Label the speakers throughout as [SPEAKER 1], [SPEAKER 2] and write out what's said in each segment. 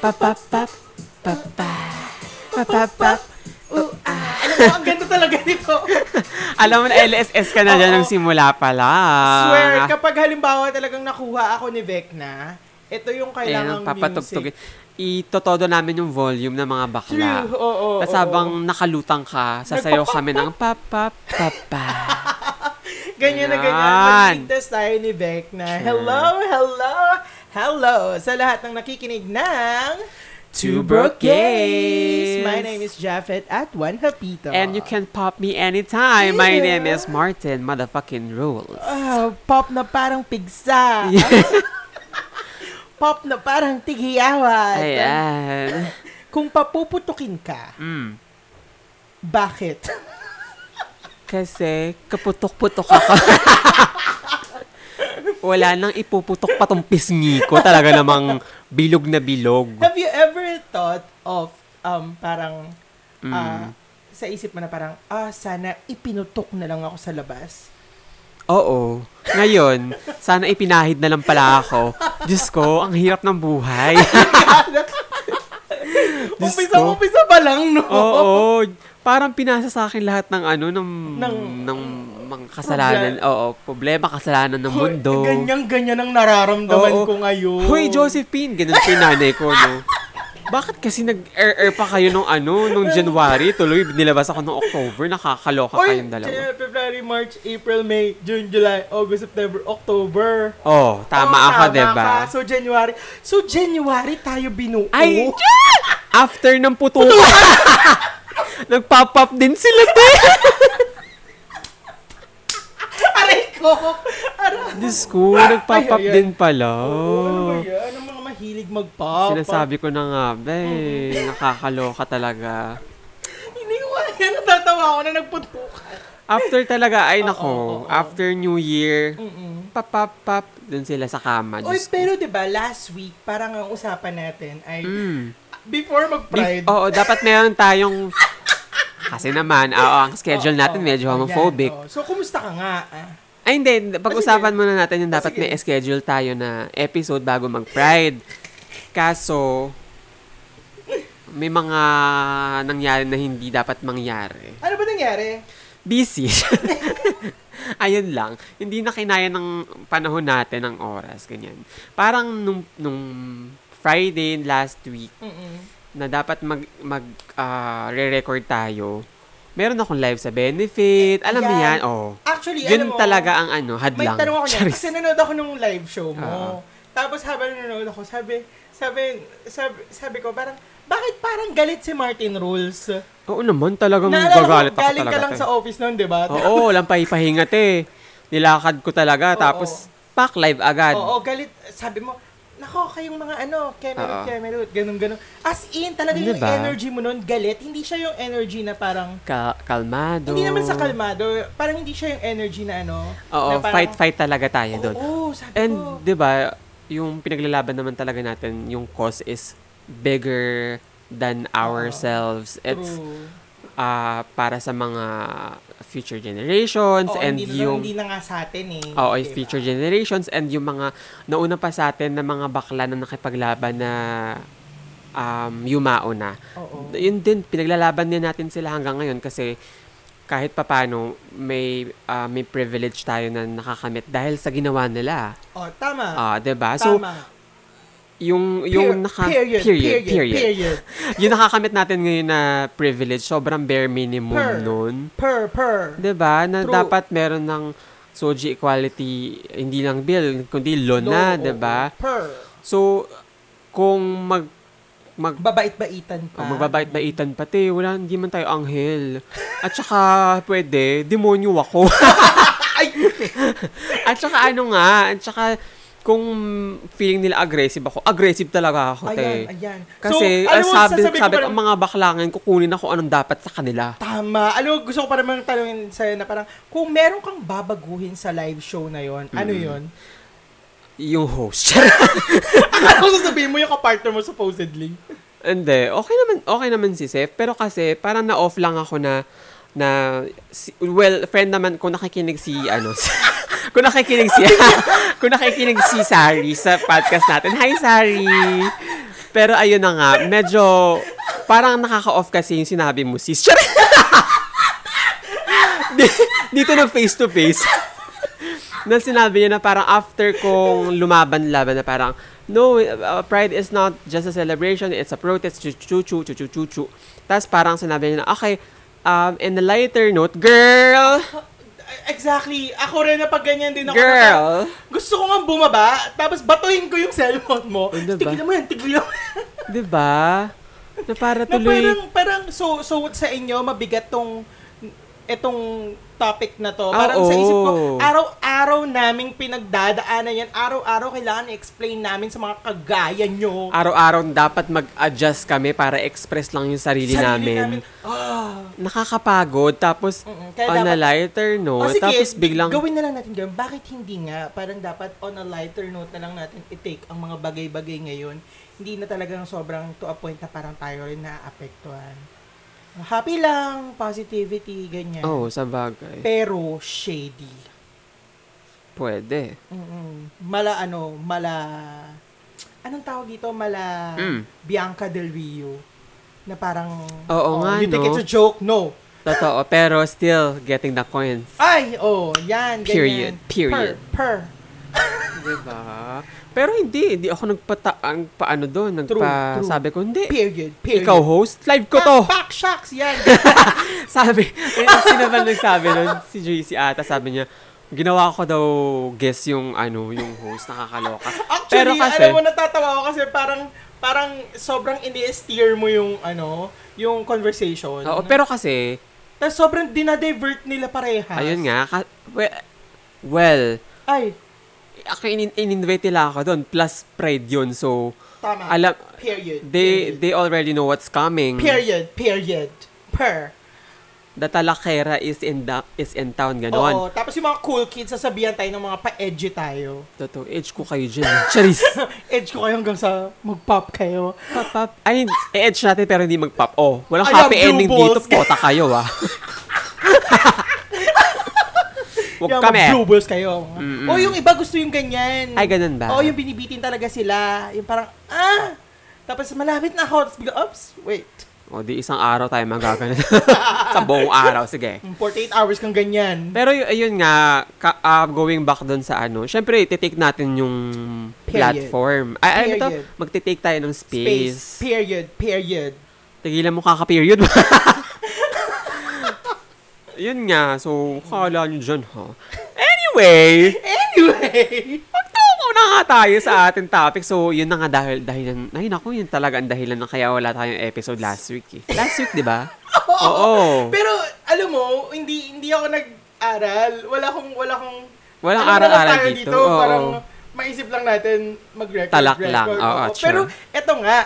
[SPEAKER 1] Papapap, papa, papapap, ua.
[SPEAKER 2] ah. Alam mo, ang ganda talaga nito.
[SPEAKER 1] Alam mo na LSS ka na dyan
[SPEAKER 2] Oo.
[SPEAKER 1] ng simula pala. Ah.
[SPEAKER 2] Swear, kapag halimbawa talagang nakuha ako ni Vecna, ito yung
[SPEAKER 1] Ayan,
[SPEAKER 2] kailangang
[SPEAKER 1] papatugtugin.
[SPEAKER 2] music.
[SPEAKER 1] Itotodo namin yung volume ng mga bakla.
[SPEAKER 2] True, oo, oo,
[SPEAKER 1] Tapos
[SPEAKER 2] oo.
[SPEAKER 1] habang nakalutang ka, sasayaw kami ng papap, papa.
[SPEAKER 2] Ganyan na
[SPEAKER 1] Ayan.
[SPEAKER 2] ganyan. Magligtas tayo ni Vecna. Hello, hello, hello sa lahat ng nakikinig ng
[SPEAKER 1] Two Broke Gays.
[SPEAKER 2] My name is Japheth at Juan Hapito.
[SPEAKER 1] And you can pop me anytime. My
[SPEAKER 2] Yeah.
[SPEAKER 1] name is Martin Motherfucking Rules.
[SPEAKER 2] Oh, pop na parang pigsa. pop na parang tigiyawat.
[SPEAKER 1] ah. Ayan.
[SPEAKER 2] Kung papuputukin ka,
[SPEAKER 1] Mm.
[SPEAKER 2] bakit?
[SPEAKER 1] Kasi kaputok-putok ako. Wala nang ipuputok pa tong pisngi ko. Talaga namang bilog na bilog.
[SPEAKER 2] Have you ever thought of um parang
[SPEAKER 1] Mm.
[SPEAKER 2] ah, sa isip mo na parang ah sana ipinutok na lang ako sa labas.
[SPEAKER 1] Oo. Ngayon, sana ipinahid na lang pala ako. Diyos ko, ang hirap ng buhay. Diyos
[SPEAKER 2] umpisa,
[SPEAKER 1] ko. Oh,
[SPEAKER 2] umpisa pa lang no.
[SPEAKER 1] Oo. Parang pinasa sa akin lahat ng ano, ng, ng,
[SPEAKER 2] Ng-
[SPEAKER 1] mga kasalanan. Oo, problema, kasalanan ng mundo.
[SPEAKER 2] Ganyan ganyan ang nararamdaman
[SPEAKER 1] Oo.
[SPEAKER 2] ko ngayon.
[SPEAKER 1] Hoy, Josephine! Ganun po yung nanay ko, no? Bakit kasi nag-air-air pa kayo nung ano, nung January? Tuloy, nilabas ako nung October. Nakakaloka
[SPEAKER 2] Hoy,
[SPEAKER 1] kayong dalawa.
[SPEAKER 2] January, February, March, April, May, June, July, August, September, October.
[SPEAKER 1] Oh, tama
[SPEAKER 2] Oo,
[SPEAKER 1] ako,
[SPEAKER 2] tama
[SPEAKER 1] diba?
[SPEAKER 2] ka. So, January. So, January tayo binuo.
[SPEAKER 1] Ay, Diyos! After ng putukan! Nagpop-up din sila, te!
[SPEAKER 2] Aray ko! Aray!
[SPEAKER 1] Diyos ko, nagpop-up
[SPEAKER 2] Ay, ay, ay.
[SPEAKER 1] din pala.
[SPEAKER 2] Oh, ano ba yan? Ang mga mahilig mag-pop.
[SPEAKER 1] Sinasabi ko na nga, be, nakakaloka talaga.
[SPEAKER 2] Hindi ko kaya natatawa ako na nagputukan.
[SPEAKER 1] After talaga, ay nako, after New Year, papapap, dun sila sa kama.
[SPEAKER 2] Oy,
[SPEAKER 1] Diyos ko.
[SPEAKER 2] pero 'di ba last week parang ang usapan natin ay
[SPEAKER 1] Mm.
[SPEAKER 2] before
[SPEAKER 1] Be-
[SPEAKER 2] mag-pride.
[SPEAKER 1] oo, dapat meron tayong... Kasi naman, oo, ang schedule natin medyo
[SPEAKER 2] Ayan,
[SPEAKER 1] homophobic.
[SPEAKER 2] oh. So kumusta ka nga? ah?
[SPEAKER 1] Ay, hindi. Pag-usapan muna natin yung
[SPEAKER 2] Ah,
[SPEAKER 1] dapat
[SPEAKER 2] sige.
[SPEAKER 1] may schedule tayo na episode bago mag-Pride. Kaso, may mga nangyari na hindi dapat mangyari.
[SPEAKER 2] Ano ba nangyari?
[SPEAKER 1] Busy. Ayun lang. Hindi na kinaya ng panahon natin, ng oras, ganyan. Parang nung, nung Friday last week,
[SPEAKER 2] Mm-mm.
[SPEAKER 1] na dapat mag mag ah, re-record tayo. Meron akong live sa benefit. Alam mo
[SPEAKER 2] Ayan.
[SPEAKER 1] 'yan? Oh.
[SPEAKER 2] Actually,
[SPEAKER 1] Yun
[SPEAKER 2] alam mo,
[SPEAKER 1] talaga ang ano,
[SPEAKER 2] may
[SPEAKER 1] hadlang.
[SPEAKER 2] tanong ako niya.
[SPEAKER 1] Charis. Ah,
[SPEAKER 2] Kasi nanood ako nung live show mo.
[SPEAKER 1] Oo.
[SPEAKER 2] Tapos habang nanonood ako, sabi, sabi, sabi, sabi ko parang, bakit parang galit si Martin Rules?
[SPEAKER 1] Oo naman, talagang
[SPEAKER 2] Naalala ko,
[SPEAKER 1] gagalit ako
[SPEAKER 2] galing
[SPEAKER 1] talaga.
[SPEAKER 2] ka lang
[SPEAKER 1] te.
[SPEAKER 2] sa office noon, di ba?
[SPEAKER 1] Oo, walang pahipahingat eh. Nilakad ko talaga,
[SPEAKER 2] Oo.
[SPEAKER 1] tapos pack live agad.
[SPEAKER 2] Oo, galit. Sabi mo, nako, kayong mga ano, kemerut,
[SPEAKER 1] Oo.
[SPEAKER 2] kemerut, ganun, ganun. As in, talaga yung
[SPEAKER 1] Diba?
[SPEAKER 2] energy mo nun, galit. Hindi siya yung energy na parang,
[SPEAKER 1] Ka- kalmado.
[SPEAKER 2] hindi naman sa kalmado, parang hindi siya yung energy na ano.
[SPEAKER 1] Oo,
[SPEAKER 2] na parang,
[SPEAKER 1] fight fight talaga tayo
[SPEAKER 2] Oo,
[SPEAKER 1] doon.
[SPEAKER 2] sabi
[SPEAKER 1] And
[SPEAKER 2] ko.
[SPEAKER 1] 'di ba, yung pinaglalaban naman talaga natin, yung cause is bigger than ourselves. It's
[SPEAKER 2] True.
[SPEAKER 1] ah para sa mga future generations
[SPEAKER 2] Oo,
[SPEAKER 1] and
[SPEAKER 2] hindi, na,
[SPEAKER 1] yung
[SPEAKER 2] hindi na nga sa atin eh.
[SPEAKER 1] Oo, yung
[SPEAKER 2] Diba?
[SPEAKER 1] future generations and yung mga nauna pa sa atin na mga bakla na nakipaglaban na um, yumao na.
[SPEAKER 2] Oo.
[SPEAKER 1] Yun din, pinaglalaban din natin sila hanggang ngayon kasi kahit papano may ah, may privilege tayo na nakakamit dahil sa ginawa nila.
[SPEAKER 2] Oh, tama.
[SPEAKER 1] Ah, 'di ba? So
[SPEAKER 2] tama.
[SPEAKER 1] yung yung
[SPEAKER 2] Per-
[SPEAKER 1] naka
[SPEAKER 2] period, period, period,
[SPEAKER 1] yung nakakamit natin ngayon na privilege, sobrang bare minimum
[SPEAKER 2] Per.
[SPEAKER 1] nun.
[SPEAKER 2] Per, per.
[SPEAKER 1] 'Di ba? Na
[SPEAKER 2] True.
[SPEAKER 1] dapat meron ng soji equality, hindi lang bill, kundi loan na, diba?
[SPEAKER 2] Oo,
[SPEAKER 1] 'di ba?
[SPEAKER 2] oo, Per.
[SPEAKER 1] So kung mag mag
[SPEAKER 2] Babait-baitan pa.
[SPEAKER 1] oh, magbabait-baitan pati, wala, hindi man tayo anghel. At saka, pwede, demonyo ako. at saka ano nga, at saka, kung feeling nila aggressive ako, aggressive talaga ako, te.
[SPEAKER 2] Ayan, ayan.
[SPEAKER 1] Kasi,
[SPEAKER 2] alam
[SPEAKER 1] ang
[SPEAKER 2] mo,
[SPEAKER 1] sabi,
[SPEAKER 2] sasabihin ko
[SPEAKER 1] sabi
[SPEAKER 2] pa
[SPEAKER 1] ko,
[SPEAKER 2] rin-
[SPEAKER 1] ang mga baklangin, kukunin ako anong dapat sa kanila.
[SPEAKER 2] Tama. Alam, mo, gusto ko pa naman tanungin sa'yo na parang, kung meron kang babaguhin sa live show na yon ano yon
[SPEAKER 1] Yung host.
[SPEAKER 2] Akala ko Ano sasabihin mo yung kapartner mo supposedly.
[SPEAKER 1] Hindi, okay naman, okay naman si Seth. Pero kasi, parang na-off lang ako na, na, si- well, friend naman, kung nakikinig si, ano, si- kung nakikinig si, kung nakikinig si Sari sa podcast natin. Hi, Sari! Pero ayun na nga, medyo parang nakaka-off kasi yung sinabi mo, sis. Charot! Di- Dito na face to face. na sinabi niya na parang after kong lumaban-laban na parang, no, uh, pride is not just a celebration, it's a protest, chu chu chu chu chu chu chu. Tapos parang sinabi niya na, okay, um, in a lighter note, girl,
[SPEAKER 2] Exactly. Ako rin na pag ganyan din ako. na parang,
[SPEAKER 1] girl,
[SPEAKER 2] gusto ko nga bumaba, tapos batuhin ko yung cellphone mo.
[SPEAKER 1] Ano ba?
[SPEAKER 2] Tigilan mo yan, tigilan mo. yan.
[SPEAKER 1] di ba? Diba? Na para
[SPEAKER 2] na
[SPEAKER 1] tuloy,
[SPEAKER 2] parang, parang, so, so sa inyo, mabigat tong, etong topic na to. Parang sa isip ko,
[SPEAKER 1] Ah, oo.
[SPEAKER 2] araw-araw naming pinagdadaanan yan. Araw-araw kailangan i-explain namin sa mga kagaya
[SPEAKER 1] Ah,
[SPEAKER 2] nyo.
[SPEAKER 1] araw-araw dapat mag-adjust kami para express lang yung sarili,
[SPEAKER 2] Sarili
[SPEAKER 1] namin.
[SPEAKER 2] Ah.
[SPEAKER 1] Nakakapagod, tapos
[SPEAKER 2] Mm-mm, kaya
[SPEAKER 1] on a
[SPEAKER 2] dapat-
[SPEAKER 1] lighter
[SPEAKER 2] O
[SPEAKER 1] note,
[SPEAKER 2] sige,
[SPEAKER 1] tapos biglang,
[SPEAKER 2] gawin na lang natin ganun. Bakit hindi nga? Parang dapat on a lighter note na lang natin i-take ang mga bagay-bagay ngayon. Hindi na talagang sobrang to a point na parang tayo rin naaapektuhan. Happy lang, positivity, ganyan.
[SPEAKER 1] oh, sa bagay,
[SPEAKER 2] Pero shady.
[SPEAKER 1] pwede.
[SPEAKER 2] Mm-mm. Mala ano, mala anong tawag dito? Mala
[SPEAKER 1] Mm.
[SPEAKER 2] Bianca Del Rio na parang oh,
[SPEAKER 1] Oo nga,
[SPEAKER 2] you think
[SPEAKER 1] no?
[SPEAKER 2] it's a joke? No.
[SPEAKER 1] Totoo, pero still getting the coins.
[SPEAKER 2] Ay, oh, yan,
[SPEAKER 1] Period,
[SPEAKER 2] ganyan.
[SPEAKER 1] period.
[SPEAKER 2] Per, per.
[SPEAKER 1] Diba? Pero hindi, hindi ako nagpata ang paano doon,
[SPEAKER 2] True,
[SPEAKER 1] nagpa
[SPEAKER 2] true.
[SPEAKER 1] sabi ko hindi.
[SPEAKER 2] Period, period.
[SPEAKER 1] Ikaw host, live ko to.
[SPEAKER 2] Pak, pak, shocks, yan.
[SPEAKER 1] sabi, eh, sino ba nagsabi nun? Si JC ata sabi niya, ginawa ko daw guess yung ano, yung host, nakakaloka.
[SPEAKER 2] Actually,
[SPEAKER 1] Pero kasi,
[SPEAKER 2] alam mo, natatawa ako kasi parang, parang sobrang ini-steer mo yung, ano, yung conversation.
[SPEAKER 1] oo, pero kasi,
[SPEAKER 2] Tapos sobrang dinadivert nila parehas.
[SPEAKER 1] ayun nga, ka- we- well,
[SPEAKER 2] Ay,
[SPEAKER 1] ako in- in-invite nila ako doon, plus pride yun, so,
[SPEAKER 2] tama.
[SPEAKER 1] alam,
[SPEAKER 2] period.
[SPEAKER 1] they,
[SPEAKER 2] period.
[SPEAKER 1] they already know what's coming.
[SPEAKER 2] Period, period. Per.
[SPEAKER 1] The talakera is in, the, is in town, ganon.
[SPEAKER 2] Oo, tapos yung mga cool kids, sasabihan tayo ng mga pa-edgy tayo.
[SPEAKER 1] Totoo, edge ko kayo dyan. Charis!
[SPEAKER 2] Edge ko kayo hanggang sa mag-pop kayo.
[SPEAKER 1] pop, pop. Ay, edge natin pero hindi mag-pop. Oh, walang
[SPEAKER 2] I
[SPEAKER 1] happy
[SPEAKER 2] have blue
[SPEAKER 1] ending dito.
[SPEAKER 2] balls.
[SPEAKER 1] Pota kayo, ah. Huwag
[SPEAKER 2] Yung mga
[SPEAKER 1] kami.
[SPEAKER 2] blue balls kayo. O yung iba gusto yung ganyan.
[SPEAKER 1] Ay, ganun ba?
[SPEAKER 2] O yung binibitin talaga sila. Yung parang, ah! Tapos malapit na ako. Tapos bigla, oops, wait.
[SPEAKER 1] O, Oh, di isang araw tayo magagano. Sa buong araw, sige.
[SPEAKER 2] Mm, 48 hours kang ganyan.
[SPEAKER 1] Pero y- ayun nga, ka, ah, going back doon sa ano, syempre, titake natin yung
[SPEAKER 2] Period.
[SPEAKER 1] platform. Ay, ano to?
[SPEAKER 2] Period.
[SPEAKER 1] Magtitake tayo ng space.
[SPEAKER 2] Period. Period.
[SPEAKER 1] Tigilan mo kaka-period. Yun nga, so, kala nyo dyan, ha? Anyway,
[SPEAKER 2] Anyway.
[SPEAKER 1] Tumo na nga tayo sa ating topic. So, yun na nga dahil, dahilan, ay naku, yun talaga ang dahilan na kaya wala tayong episode last week eh. Last week, di ba? Oo.
[SPEAKER 2] Pero, alam mo, hindi hindi ako nag-aral. Wala akong, wala akong,
[SPEAKER 1] Walang
[SPEAKER 2] alam na lang
[SPEAKER 1] aral-aral
[SPEAKER 2] Ano tayo
[SPEAKER 1] dito. Oo.
[SPEAKER 2] Parang, maisip lang natin, mag-record.
[SPEAKER 1] Talak lang.
[SPEAKER 2] record.
[SPEAKER 1] Oo,
[SPEAKER 2] Oo.
[SPEAKER 1] true.
[SPEAKER 2] Pero, eto nga,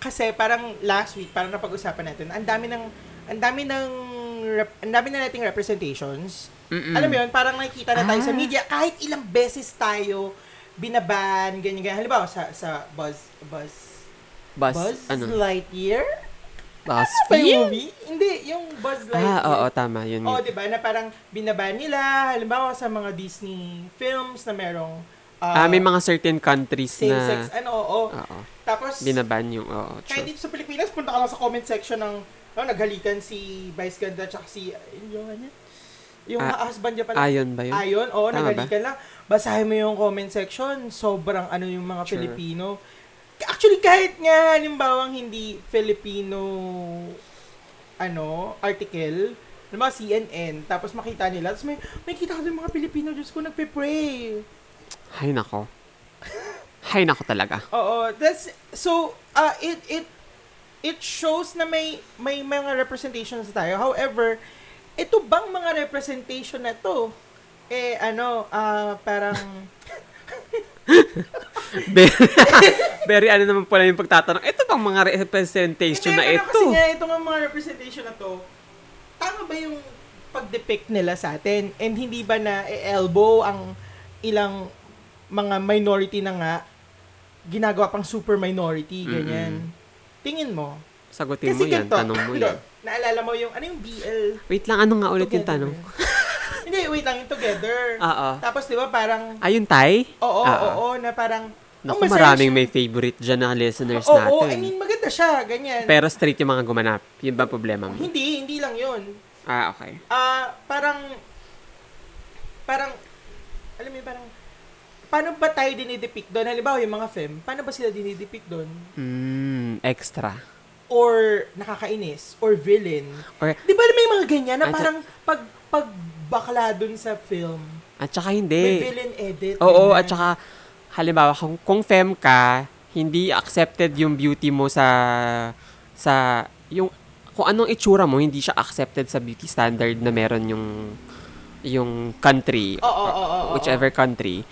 [SPEAKER 2] kasi parang last week, parang napag-usapan natin, ang dami ng, ang dami ng, rep- ang dami na nating representations.
[SPEAKER 1] Mm-mm.
[SPEAKER 2] Alam mo yun, parang nakikita na tayo sa
[SPEAKER 1] Ah.
[SPEAKER 2] media, kahit ilang beses tayo binaban, ganyan, ganyan. Halimbawa, sa, sa Buzz, Buzz,
[SPEAKER 1] Buzz,
[SPEAKER 2] Buzz
[SPEAKER 1] ano?
[SPEAKER 2] Lightyear?
[SPEAKER 1] Buzz
[SPEAKER 2] Ano ba yung movie? Hindi, yung Buzz Lightyear.
[SPEAKER 1] Ah, oo, tama. Yun
[SPEAKER 2] Oo,
[SPEAKER 1] yun.
[SPEAKER 2] 'di ba? Oh, diba? Na parang binaba nila halimbawa sa mga Disney films na merong uh,
[SPEAKER 1] ah, may mga certain countries
[SPEAKER 2] same sex
[SPEAKER 1] na, Ah,
[SPEAKER 2] ano, oo.
[SPEAKER 1] oo,
[SPEAKER 2] Tapos
[SPEAKER 1] binaban yung, oo,
[SPEAKER 2] kahit
[SPEAKER 1] true.
[SPEAKER 2] dito sa Pilipinas, punta ka lang sa comment section ng oh, naghalikan si Vice Ganda at si yung ano? Yung
[SPEAKER 1] Ah,
[SPEAKER 2] husband niya pala.
[SPEAKER 1] Ayun ba yun?
[SPEAKER 2] Ayun, oo,
[SPEAKER 1] Tama ba?
[SPEAKER 2] naghalikan lang. Basahin mo yung comment section. Sobrang ano yung mga
[SPEAKER 1] Sure.
[SPEAKER 2] Filipino. Actually, kahit nga, halimbawang hindi Filipino, ano, article, ng mga CNN, tapos makita nila, tapos may, may kita ko yung mga Pilipino, Diyos ko, nagpe-pray.
[SPEAKER 1] Hay nako. Hay nako talaga.
[SPEAKER 2] Oo, that's, so, uh, it, it, it shows na may, may mga representations tayo. However, ito bang mga representation na to? Eh, ano, ah, parang,
[SPEAKER 1] Very, very ano naman pala yung pagtatanong. Ito bang mga representation na
[SPEAKER 2] Hindi, pero
[SPEAKER 1] ito?
[SPEAKER 2] Kasi nga, itong mga representation na to, tama ba yung pag-depict nila sa atin? And hindi ba na elbow ang ilang mga minority na nga ginagawa pang super minority, ganyan. Tingin mo.
[SPEAKER 1] Sagutin mo yan,
[SPEAKER 2] ganito,
[SPEAKER 1] tanong mo yan.
[SPEAKER 2] Naalala mo yung, ano yung BL?
[SPEAKER 1] Wait lang, ano nga ulit yung
[SPEAKER 2] Together
[SPEAKER 1] tanong?
[SPEAKER 2] ba yun? hindi, wait lang, yung together.
[SPEAKER 1] Oo.
[SPEAKER 2] Tapos, di ba, parang,
[SPEAKER 1] Ayun, Tay?
[SPEAKER 2] oo, oo,
[SPEAKER 1] Ah, ah.
[SPEAKER 2] oo, na parang,
[SPEAKER 1] Naku,
[SPEAKER 2] Oh, masaya
[SPEAKER 1] maraming
[SPEAKER 2] siya.
[SPEAKER 1] may favorite dyan na listeners
[SPEAKER 2] Oo,
[SPEAKER 1] natin.
[SPEAKER 2] oo, I mean, maganda siya, ganyan.
[SPEAKER 1] Pero straight yung mga gumanap. Yun ba problema mo?
[SPEAKER 2] hindi, hindi lang yun.
[SPEAKER 1] Ah, okay.
[SPEAKER 2] Ah, parang, parang, alam mo yun, parang, paano ba tayo dinidepict doon? Halimbawa, yung mga fem, paano ba sila dinidepict doon?
[SPEAKER 1] Mm, extra.
[SPEAKER 2] Or nakakainis? Or villain?
[SPEAKER 1] Or,
[SPEAKER 2] Di ba may mga ganyan na
[SPEAKER 1] Ay, sa-
[SPEAKER 2] parang pag, pag bakla doon sa film,
[SPEAKER 1] at saka
[SPEAKER 2] may
[SPEAKER 1] hindi.
[SPEAKER 2] villain edit.
[SPEAKER 1] Eh, Oo,
[SPEAKER 2] ganyan.
[SPEAKER 1] at saka, halimbawa, kung, kung fem ka, hindi accepted yung beauty mo sa, sa, yung, kung anong itsura mo, hindi siya accepted sa beauty standard na meron yung, yung country,
[SPEAKER 2] Oo, oo, oo, oo, oo.
[SPEAKER 1] whichever country.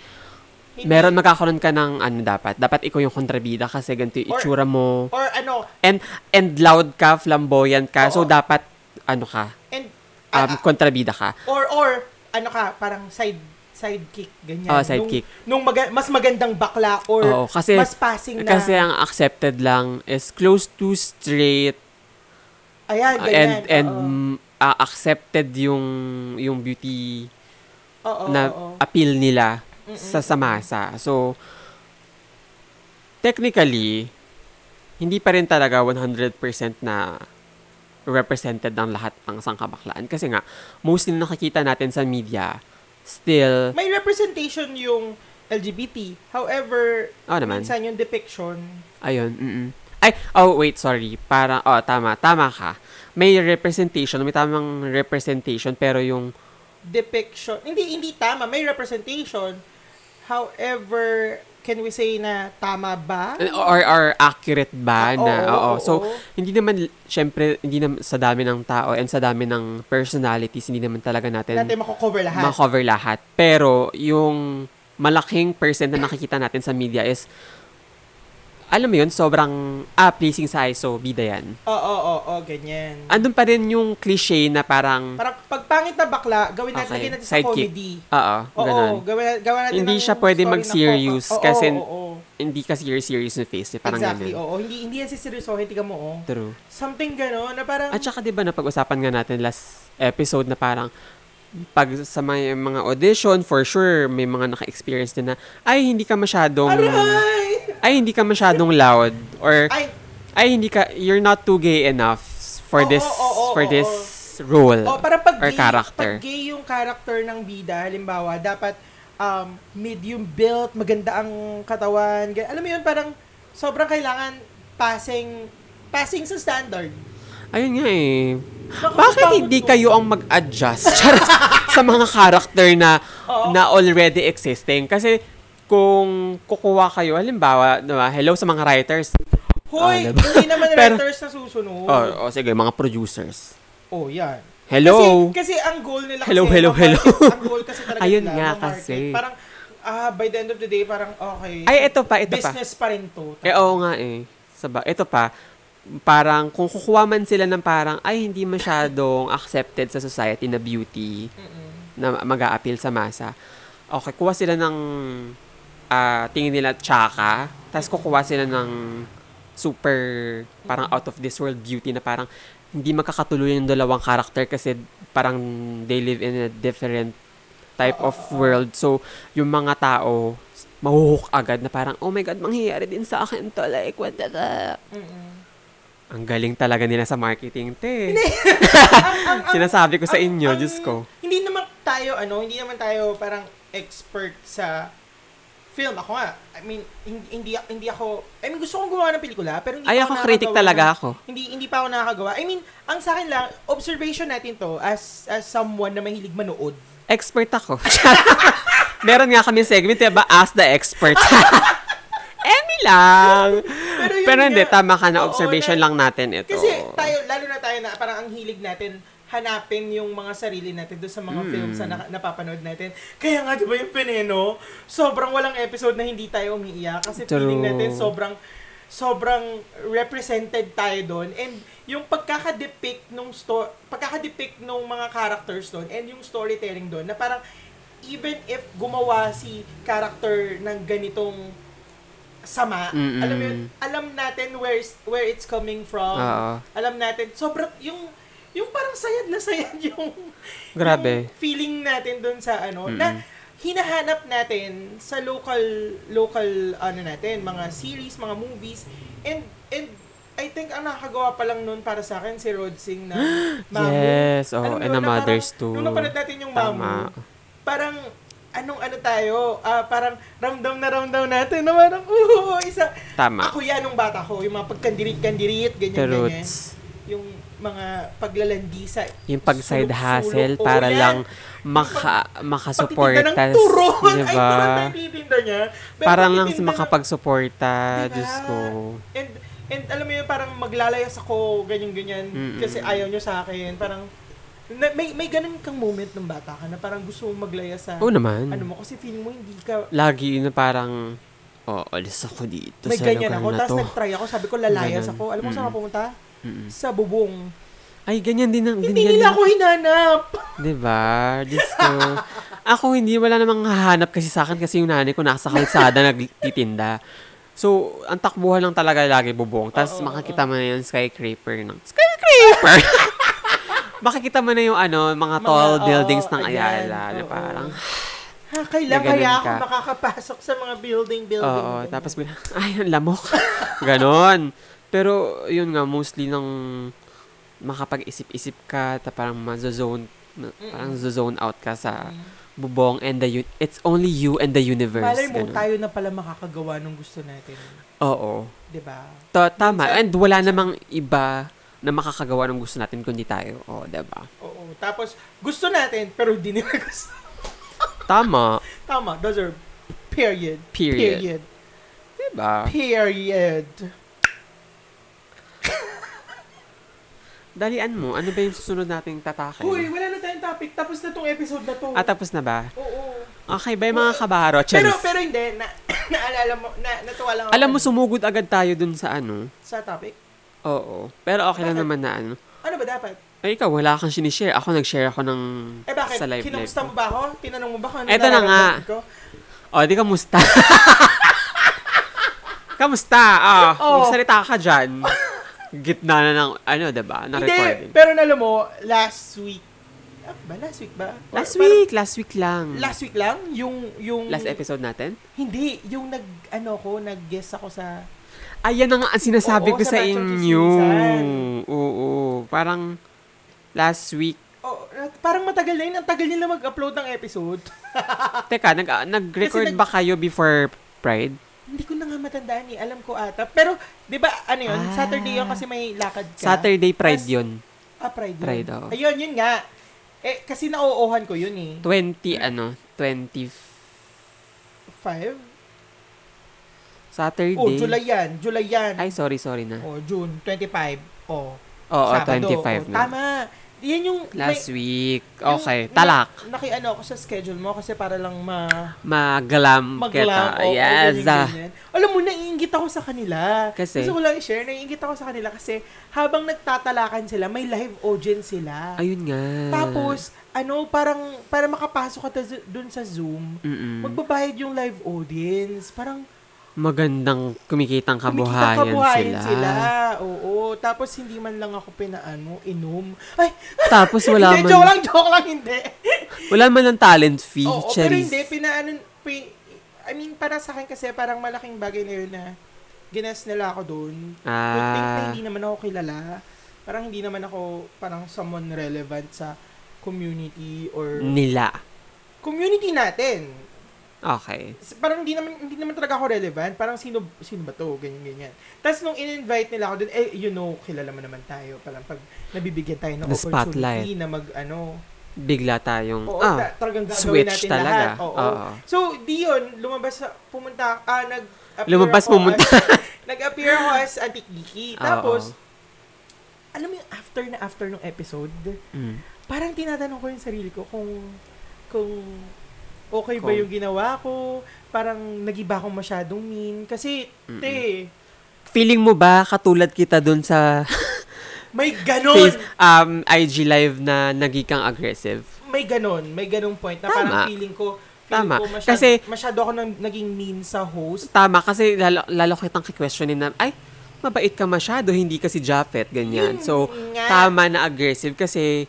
[SPEAKER 2] Hindi.
[SPEAKER 1] Meron magkakaroon ka ng ano dapat. Dapat ikaw yung kontrabida kasi ganito yung
[SPEAKER 2] Or-
[SPEAKER 1] itsura mo.
[SPEAKER 2] Or ano,
[SPEAKER 1] And and loud ka, flamboyant ka. So
[SPEAKER 2] Oo.
[SPEAKER 1] dapat ano ka,
[SPEAKER 2] and,
[SPEAKER 1] um,
[SPEAKER 2] ah, ah,
[SPEAKER 1] kontrabida ka.
[SPEAKER 2] or, or, ano ka, parang side, sidekick, ganyan.
[SPEAKER 1] Oo, Ah, sidekick.
[SPEAKER 2] Nung, nung maga- mas magandang bakla or
[SPEAKER 1] Oo, kasi-
[SPEAKER 2] mas passing na,
[SPEAKER 1] Kasi ang accepted lang is close to straight
[SPEAKER 2] ayan,
[SPEAKER 1] uh,
[SPEAKER 2] ganyan.
[SPEAKER 1] and and
[SPEAKER 2] oo.
[SPEAKER 1] mm, ah, accepted yung yung beauty
[SPEAKER 2] Oo,
[SPEAKER 1] na
[SPEAKER 2] oo.
[SPEAKER 1] appeal nila sa sa masa. So technically hindi pa rin talaga 100% na represented ang lahat ng sangkabaklaan kasi nga mostly nakikita natin sa media still
[SPEAKER 2] May representation yung LGBT. However,
[SPEAKER 1] oh naman
[SPEAKER 2] minsan yung depiction.
[SPEAKER 1] Ayun, mm Ay, oh wait, sorry. Para, oh tama, tama ka. May representation, may tamang representation pero yung
[SPEAKER 2] Depiction. Hindi, hindi tama. May representation. However, can we say na tama ba?
[SPEAKER 1] or or accurate
[SPEAKER 2] Ah,
[SPEAKER 1] ba na
[SPEAKER 2] oo,
[SPEAKER 1] oo.
[SPEAKER 2] oo,
[SPEAKER 1] So
[SPEAKER 2] oo.
[SPEAKER 1] hindi naman syempre hindi naman sa dami ng tao and sa dami ng personalities hindi naman talaga
[SPEAKER 2] Natin
[SPEAKER 1] natin
[SPEAKER 2] makocover lahat.
[SPEAKER 1] ma-cover lahat. Pero yung malaking percent na nakikita natin sa media is alam mo yun, sobrang ah, pleasing sa eye, so bida yan.
[SPEAKER 2] oo, oo, oo, ganyan.
[SPEAKER 1] Andun pa rin yung cliche na parang,
[SPEAKER 2] Parang pagpangit na bakla, gawin natin,
[SPEAKER 1] Okay,
[SPEAKER 2] lagyan natin sa
[SPEAKER 1] sidekick.
[SPEAKER 2] comedy.
[SPEAKER 1] oo,
[SPEAKER 2] Oo,
[SPEAKER 1] ganun.
[SPEAKER 2] gawin, gawin natin
[SPEAKER 1] Hindi
[SPEAKER 2] ng
[SPEAKER 1] siya pwede
[SPEAKER 2] story na
[SPEAKER 1] mag-serious
[SPEAKER 2] comic. Oo,
[SPEAKER 1] kasi
[SPEAKER 2] oo, oo.
[SPEAKER 1] hindi kasi you're serious na face. eh, Parang
[SPEAKER 2] Exactly,
[SPEAKER 1] ganun.
[SPEAKER 2] oo. Hindi, hindi yan siseryosohin, tiga mo, oo.
[SPEAKER 1] True.
[SPEAKER 2] Something gano'n na parang...
[SPEAKER 1] At saka 'di ba napag-usapan nga natin last episode na parang pag sa may, mga audition, for sure, may mga naka-experience din na, ay, hindi ka masyadong,
[SPEAKER 2] Aray!
[SPEAKER 1] ay, hindi ka masyadong loud, or, ay,
[SPEAKER 2] Ay,
[SPEAKER 1] hindi ka, you're not too gay enough
[SPEAKER 2] Oo,
[SPEAKER 1] for this,
[SPEAKER 2] oo, oo, oo,
[SPEAKER 1] for this role,
[SPEAKER 2] Oh, para pag
[SPEAKER 1] or
[SPEAKER 2] gay,
[SPEAKER 1] character.
[SPEAKER 2] pag gay yung character ng bida, halimbawa, dapat um, medium built, maganda ang katawan. gan- Alam mo yun, parang sobrang kailangan passing passing sa standard.
[SPEAKER 1] Ayun nga eh.
[SPEAKER 2] Nakakapagod
[SPEAKER 1] Bakit hindi
[SPEAKER 2] to.
[SPEAKER 1] kayo ang mag-adjust Charot. sa mga character na
[SPEAKER 2] Oo.
[SPEAKER 1] na already existing? Kasi kung kukuha kayo, halimbawa, diba, hello sa mga writers.
[SPEAKER 2] Hoy,
[SPEAKER 1] Ah, diba?
[SPEAKER 2] hindi naman
[SPEAKER 1] Pero-
[SPEAKER 2] writers na susunod.
[SPEAKER 1] O oh, sige, mga producers.
[SPEAKER 2] Oh, yan.
[SPEAKER 1] Hello!
[SPEAKER 2] Kasi, kasi ang goal nila
[SPEAKER 1] Hello,
[SPEAKER 2] kasi,
[SPEAKER 1] hello,
[SPEAKER 2] ma-market-
[SPEAKER 1] hello.
[SPEAKER 2] ang goal kasi talaga
[SPEAKER 1] Ayun
[SPEAKER 2] nila,
[SPEAKER 1] nga
[SPEAKER 2] ma-market.
[SPEAKER 1] kasi.
[SPEAKER 2] Parang, ah, by the end of the day, parang, okay.
[SPEAKER 1] Ay, ito pa, ito pa.
[SPEAKER 2] business pa. rin to.
[SPEAKER 1] Eh, oo nga eh. Saba, ito pa, parang kung kukuha man sila ng parang, ay, hindi masyadong accepted sa society na beauty, na mag appeal sa masa. Okay, kuha sila ng ah, tingin nila tsaka, tapos kukuha sila ng super, parang out of this world beauty na parang hindi magkakatuloy yung dalawang karakter kasi parang they live in a different type of world. So, yung mga tao, mahuhook agad na parang, oh my God, mangyayari din sa akin to. Like, what the... the-"
[SPEAKER 2] Mm-mm.
[SPEAKER 1] Ang galing talaga nila sa marketing, te.
[SPEAKER 2] Ang- ang- ang-
[SPEAKER 1] Sinasabi ko sa
[SPEAKER 2] ang-
[SPEAKER 1] inyo,
[SPEAKER 2] ang-
[SPEAKER 1] Diyos ko.
[SPEAKER 2] Hindi naman tayo, ano, hindi naman tayo parang expert sa film. Ako nga, I mean, hin- hindi, hindi ako, I mean, gusto kong gumawa ng pelikula, pero hindi
[SPEAKER 1] Ay,
[SPEAKER 2] pa
[SPEAKER 1] ako critic
[SPEAKER 2] nakakagawa
[SPEAKER 1] talaga
[SPEAKER 2] ng-
[SPEAKER 1] ako.
[SPEAKER 2] Hindi, hindi pa ako nakakagawa. I mean, ang sa akin lang, observation natin to as, as someone na mahilig manood.
[SPEAKER 1] Expert ako. Meron nga kami segment, diba? Ask the expert. Emi lang.
[SPEAKER 2] Pero
[SPEAKER 1] Pero,
[SPEAKER 2] yun
[SPEAKER 1] hindi,
[SPEAKER 2] nga.
[SPEAKER 1] tama ka na.
[SPEAKER 2] Oo,
[SPEAKER 1] Observation
[SPEAKER 2] na-
[SPEAKER 1] lang natin ito.
[SPEAKER 2] Kasi tayo, lalo na tayo na parang ang hilig natin hanapin yung mga sarili natin doon sa mga films na naka- napapanood natin. Kaya nga, di ba yung Pineno, sobrang walang episode na hindi tayo umiiyak kasi
[SPEAKER 1] True.
[SPEAKER 2] feeling natin sobrang sobrang represented tayo doon and yung pagkakadepict nung sto- pagkakadepict nung mga characters doon and yung storytelling doon na parang even if gumawa si character ng ganitong sama,
[SPEAKER 1] Mm-mm.
[SPEAKER 2] alam mo yun, alam natin where's where it's coming from.
[SPEAKER 1] Oo.
[SPEAKER 2] Alam natin sobrang yung yung parang sayad na sayad yung
[SPEAKER 1] Grabe.
[SPEAKER 2] yung feeling natin doon sa ano na hinahanap natin sa local local ano natin, mga series, mga movies and and I think ang nakakagawa pa lang nun para sa akin si Rod Singh na Mamu.
[SPEAKER 1] Yes, oh,
[SPEAKER 2] Alam mo yun,
[SPEAKER 1] and
[SPEAKER 2] na
[SPEAKER 1] the
[SPEAKER 2] parang-
[SPEAKER 1] mothers too.
[SPEAKER 2] Nung napanood natin yung Mamu,
[SPEAKER 1] Tama.
[SPEAKER 2] parang anong ano tayo, ah parang ramdam na ramdam natin na parang, oo, isa.
[SPEAKER 1] Tama.
[SPEAKER 2] Ako yan nung bata ko, yung mga pagkandirit-kandirit,
[SPEAKER 1] The
[SPEAKER 2] ganyan-ganyan.
[SPEAKER 1] roots.
[SPEAKER 2] Yung mga paglalandisa.
[SPEAKER 1] Yung pag-side
[SPEAKER 2] sulok-sulok,
[SPEAKER 1] hustle
[SPEAKER 2] oo,
[SPEAKER 1] para
[SPEAKER 2] yan.
[SPEAKER 1] lang maka,
[SPEAKER 2] Pagtitinda
[SPEAKER 1] makasuporta.
[SPEAKER 2] ng turon.
[SPEAKER 1] di
[SPEAKER 2] Ay,
[SPEAKER 1] ba?
[SPEAKER 2] turon na ititinda niya. Pero
[SPEAKER 1] Parang lang
[SPEAKER 2] pagtitinda ng-
[SPEAKER 1] makapagsuporta,
[SPEAKER 2] Diba?
[SPEAKER 1] Diyos ko.
[SPEAKER 2] And, and alam mo yun, parang maglalayas ako, ganyan-ganyan,
[SPEAKER 1] Mm-mm.
[SPEAKER 2] kasi ayaw nyo sa akin. Parang, na- may, may ganun kang moment ng bata ka na parang gusto mong maglayas sa,
[SPEAKER 1] Oo naman.
[SPEAKER 2] ano mo, kasi feeling mo hindi ka,
[SPEAKER 1] Lagi yun na parang, oh, alis ako dito
[SPEAKER 2] may
[SPEAKER 1] sa
[SPEAKER 2] ganyan
[SPEAKER 1] lugar
[SPEAKER 2] ako.
[SPEAKER 1] na
[SPEAKER 2] Tapos
[SPEAKER 1] to.
[SPEAKER 2] nag-try ako, sabi ko lalayas
[SPEAKER 1] Ganun.
[SPEAKER 2] ako. Alam mo saan ako
[SPEAKER 1] Mm-mm.
[SPEAKER 2] pumunta?
[SPEAKER 1] Mm-mm.
[SPEAKER 2] Sa bubong.
[SPEAKER 1] Ay, ganyan din ang...
[SPEAKER 2] Hindi
[SPEAKER 1] ganyan din
[SPEAKER 2] nila ako hinanap.
[SPEAKER 1] Di ba? Diyos ko. Ako hindi, wala namang hahanap kasi sa akin kasi yung nanay ko nasa kalsada nagtitinda. So, ang takbuhan lang talaga lagi bubong. Tapos
[SPEAKER 2] Oo,
[SPEAKER 1] makikita mo na yung skyscraper ng... Skyscraper! makikita mo na yung ano, mga
[SPEAKER 2] Mga,
[SPEAKER 1] tall
[SPEAKER 2] oo,
[SPEAKER 1] buildings ng
[SPEAKER 2] ayan,
[SPEAKER 1] Ayala. na
[SPEAKER 2] oo.
[SPEAKER 1] parang,
[SPEAKER 2] Ha, kailan
[SPEAKER 1] Na
[SPEAKER 2] Ah,
[SPEAKER 1] ganun
[SPEAKER 2] kaya ako
[SPEAKER 1] ka.
[SPEAKER 2] makakapasok sa mga building-building?
[SPEAKER 1] oo,
[SPEAKER 2] ganyan.
[SPEAKER 1] tapos bilang, ay, ang lamok. Ganon. Pero, yun nga, mostly ng makapag-isip-isip ka, ta parang mazozone, ma- parang zone out ka sa bubong and the un- it's only you and the universe.
[SPEAKER 2] Malay mo,
[SPEAKER 1] ganun.
[SPEAKER 2] tayo na pala makakagawa ng gusto natin.
[SPEAKER 1] Oo.
[SPEAKER 2] Di ba?
[SPEAKER 1] To, tama.
[SPEAKER 2] Minsan-
[SPEAKER 1] And wala namang iba na makakagawa ng gusto natin kundi tayo. Oo, diba?
[SPEAKER 2] Oo. Tapos, gusto natin, pero hindi nila gusto.
[SPEAKER 1] Tama.
[SPEAKER 2] Tama, those are period.
[SPEAKER 1] Period.
[SPEAKER 2] Period.
[SPEAKER 1] Diba?
[SPEAKER 2] Period.
[SPEAKER 1] Dalian mo. Ano ba yung susunod nating tatakay?
[SPEAKER 2] Uy, wala na tayong topic. Tapos na tong episode na to.
[SPEAKER 1] Ah, tapos na ba?
[SPEAKER 2] Oo.
[SPEAKER 1] Okay, bye mga kabaro.
[SPEAKER 2] Pero,
[SPEAKER 1] Charis.
[SPEAKER 2] pero hindi. Na, naalala mo, na, natuwa lang ako.
[SPEAKER 1] Alam mo, sumugod agad tayo dun sa ano.
[SPEAKER 2] sa topic.
[SPEAKER 1] Oo. Pero okay lang
[SPEAKER 2] Bakit?
[SPEAKER 1] naman na ano.
[SPEAKER 2] Ano ba dapat?
[SPEAKER 1] Ay, ikaw, wala kang sinishare. Ako, nag-share ako ng
[SPEAKER 2] Eh bakit?
[SPEAKER 1] sa live live.
[SPEAKER 2] Kinamusta mo ba ako? Tinanong mo ba kung ano
[SPEAKER 1] Eto na nga.
[SPEAKER 2] nararamdaman ko?
[SPEAKER 1] O, Oh, di kamusta? kamusta? Ah,
[SPEAKER 2] Oo.
[SPEAKER 1] magsalita ka dyan. Gitna na ng, ano, diba? Na
[SPEAKER 2] Hindi,
[SPEAKER 1] recording.
[SPEAKER 2] pero alam mo, last week, ah, ba, last week ba? Or
[SPEAKER 1] Last
[SPEAKER 2] parang-
[SPEAKER 1] week, last week lang. Last,
[SPEAKER 2] last week lang? Yung, yung,
[SPEAKER 1] episode natin?
[SPEAKER 2] Hindi, yung nag, ano ko, nag-guest ako sa,
[SPEAKER 1] Ayan na nga ang sinasabi
[SPEAKER 2] Oo,
[SPEAKER 1] ko
[SPEAKER 2] sa
[SPEAKER 1] sa,
[SPEAKER 2] Batang
[SPEAKER 1] inyo.
[SPEAKER 2] Chismisan.
[SPEAKER 1] Oo, parang last week.
[SPEAKER 2] oh, parang matagal na yun, ang tagal nila mag-upload ng episode.
[SPEAKER 1] Teka, nag, ah, nag-record
[SPEAKER 2] Kasi nag-
[SPEAKER 1] ba kayo before Pride?
[SPEAKER 2] Hindi ko na nga matandaan eh, alam ko ata. Pero, di ba, ano yun,
[SPEAKER 1] Ah.
[SPEAKER 2] Saturday yun kasi may lakad ka.
[SPEAKER 1] Saturday Pride
[SPEAKER 2] Mas-
[SPEAKER 1] yun.
[SPEAKER 2] Ah, Pride yun.
[SPEAKER 1] Pride, oo.
[SPEAKER 2] Ayun, yun nga. Eh, kasi nauohan ko yun eh.
[SPEAKER 1] 20, ano, 20,
[SPEAKER 2] Five?
[SPEAKER 1] Saturday.
[SPEAKER 2] Oh, July yan, July yan.
[SPEAKER 1] Ay, sorry, sorry na.
[SPEAKER 2] Oh, June 25. Oh,
[SPEAKER 1] Oo,
[SPEAKER 2] Sabado. Oh,
[SPEAKER 1] 25 na.
[SPEAKER 2] Tama. Yan yung...
[SPEAKER 1] Last
[SPEAKER 2] may-
[SPEAKER 1] week.
[SPEAKER 2] yung- na-
[SPEAKER 1] Okay, talak.
[SPEAKER 2] nakiano ako sa schedule mo kasi para lang ma...
[SPEAKER 1] Magalam
[SPEAKER 2] Maglam.
[SPEAKER 1] kita.
[SPEAKER 2] oo,
[SPEAKER 1] Yes.
[SPEAKER 2] ganyan, ganyan. Alam mo, naiingit ako sa kanila.
[SPEAKER 1] Kasi?
[SPEAKER 2] Gusto ko lang i-share, naiingit ako sa kanila kasi habang nagtatalakan sila, may live audience sila.
[SPEAKER 1] Ayun nga.
[SPEAKER 2] Tapos, ano, parang, para makapasok ka ta- dun sa Zoom,
[SPEAKER 1] Mm-mm.
[SPEAKER 2] magbabayad yung live audience. Parang,
[SPEAKER 1] magandang kumikitang
[SPEAKER 2] kumikita
[SPEAKER 1] kabuhayan,
[SPEAKER 2] kabuhayan
[SPEAKER 1] sila.
[SPEAKER 2] sila. Oo, tapos hindi man lang ako pinaano, inom. Ay,
[SPEAKER 1] Tapos wala
[SPEAKER 2] hindi, joke
[SPEAKER 1] man,
[SPEAKER 2] lang, joke lang, hindi.
[SPEAKER 1] wala man ng talent fee,
[SPEAKER 2] Oo, pero
[SPEAKER 1] Cheris.
[SPEAKER 2] hindi, pinaano, pi- I mean, para sa akin kasi parang malaking bagay na yun na ginas nila ako doon. Good thing na
[SPEAKER 1] Ah,
[SPEAKER 2] hindi naman ako kilala. Parang hindi naman ako parang someone relevant sa community or
[SPEAKER 1] nila.
[SPEAKER 2] community natin.
[SPEAKER 1] Okay.
[SPEAKER 2] S- Parang hindi naman hindi naman talaga ako relevant. Parang sino sino ba 'to? Ganyan ganyan. Tapos nung in-invite nila ako doon, eh you know, kilala mo naman tayo. Parang pag nabibigyan tayo ng
[SPEAKER 1] The
[SPEAKER 2] opportunity
[SPEAKER 1] spotlight.
[SPEAKER 2] na mag ano,
[SPEAKER 1] Bigla tayong,
[SPEAKER 2] Oo,
[SPEAKER 1] ah,
[SPEAKER 2] ta- talagang gagawin
[SPEAKER 1] switch
[SPEAKER 2] natin
[SPEAKER 1] talaga.
[SPEAKER 2] lahat. Oo.
[SPEAKER 1] Oo.
[SPEAKER 2] So, di yun, lumabas, sa- pumunta, ah, nag
[SPEAKER 1] Lumabas, pumunta.
[SPEAKER 2] nag-appear ako as Auntie Kiki.
[SPEAKER 1] Oo.
[SPEAKER 2] Tapos, alam mo yung after na after ng episode,
[SPEAKER 1] Mm.
[SPEAKER 2] parang tinatanong ko yung sarili ko kung, kung okay ba
[SPEAKER 1] Kung-
[SPEAKER 2] yung ginawa ko, parang nagiba akong masyadong mean. Kasi, te,
[SPEAKER 1] Feeling mo ba katulad kita dun sa
[SPEAKER 2] may ganon.
[SPEAKER 1] face, um, IG live na nagikang aggressive?
[SPEAKER 2] May ganon. May ganong point na
[SPEAKER 1] Tama.
[SPEAKER 2] parang feeling ko, feeling
[SPEAKER 1] Tama.
[SPEAKER 2] ko masyado,
[SPEAKER 1] Kasi-
[SPEAKER 2] masyado ako nang, naging mean sa host.
[SPEAKER 1] Tama, kasi lalo, lalo kitang kikwestiyonin na, ay, mabait ka masyado, hindi ka si Japhet,
[SPEAKER 2] Yun
[SPEAKER 1] ganyan. So,
[SPEAKER 2] nga.
[SPEAKER 1] tama na aggressive kasi,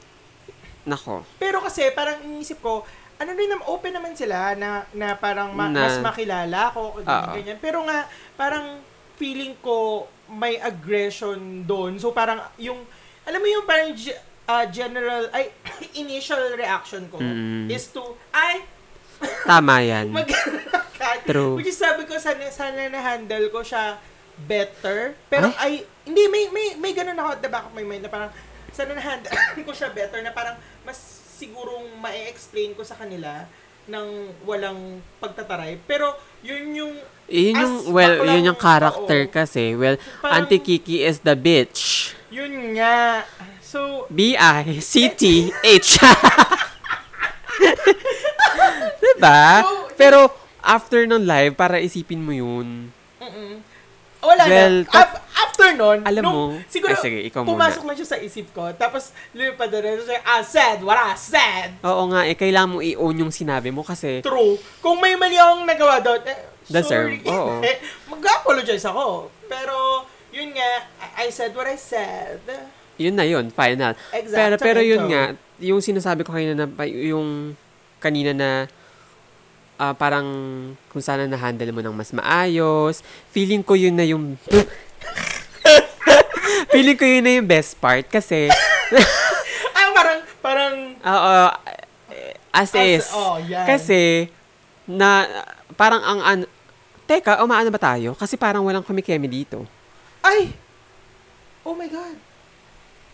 [SPEAKER 1] nako,
[SPEAKER 2] Pero kasi, parang iniisip ko, ano rin naman, open naman sila na, na parang ma-
[SPEAKER 1] Na-
[SPEAKER 2] mas makilala ko, ganyan,
[SPEAKER 1] Oo.
[SPEAKER 2] ganyan. Pero nga, parang feeling ko may aggression doon. So parang yung, alam mo yung parang ge- ah, general, ay, initial reaction ko
[SPEAKER 1] Mm.
[SPEAKER 2] is to, ay,
[SPEAKER 1] Tama yan.
[SPEAKER 2] mag
[SPEAKER 1] Mm. True.
[SPEAKER 2] Which is sabi ko, sana, sana na-handle ko siya better. Pero ay, hindi, may, may, may ganun ako at the back of my mind na parang, sana na-handle ko siya better na parang mas sigurong ma-explain ko sa kanila ng walang pagtataray. Pero yun yung,
[SPEAKER 1] Yun yung,
[SPEAKER 2] As-
[SPEAKER 1] well,
[SPEAKER 2] ako
[SPEAKER 1] yun
[SPEAKER 2] lang-
[SPEAKER 1] yung character
[SPEAKER 2] oo.
[SPEAKER 1] kasi. Well,
[SPEAKER 2] Parang-
[SPEAKER 1] Auntie Kiki is the bitch.
[SPEAKER 2] yun nga. So,
[SPEAKER 1] B-I-C-T-H. diba? Pero, after ng live, para isipin mo yun.
[SPEAKER 2] mm Wala
[SPEAKER 1] Well,
[SPEAKER 2] na. Af- after nun,
[SPEAKER 1] Alam
[SPEAKER 2] nung-
[SPEAKER 1] mo,
[SPEAKER 2] siguro,
[SPEAKER 1] ay, sige, ikaw muna.
[SPEAKER 2] pumasok lang siya sa isip ko. Tapos, lumipad na rin siya, I said what I said.
[SPEAKER 1] Oo nga, eh, kailangan mo i-own yung sinabi mo kasi,
[SPEAKER 2] True. Kung may mali akong nagawa doon, eh,
[SPEAKER 1] Deserve,
[SPEAKER 2] sorry.
[SPEAKER 1] oo.
[SPEAKER 2] Eh, Mag-apologize ako. Pero, yun nga, I I said what I said.
[SPEAKER 1] yun na yun, final.
[SPEAKER 2] Exacto.
[SPEAKER 1] Pero, pero yun nga, yung sinasabi ko kanina na, pa- yung kanina na, ah, parang, kung sana na-handle mo ng mas maayos, feeling ko yun na yung, feeling ko yun na yung best part kasi,
[SPEAKER 2] Ah, parang, parang,
[SPEAKER 1] Oo. eh, As,
[SPEAKER 2] As-
[SPEAKER 1] is.
[SPEAKER 2] oh, yan.
[SPEAKER 1] Kasi, na, parang ang, an, teka, umaano ba tayo? Kasi parang walang kumikeme dito.
[SPEAKER 2] ay! Oh my God.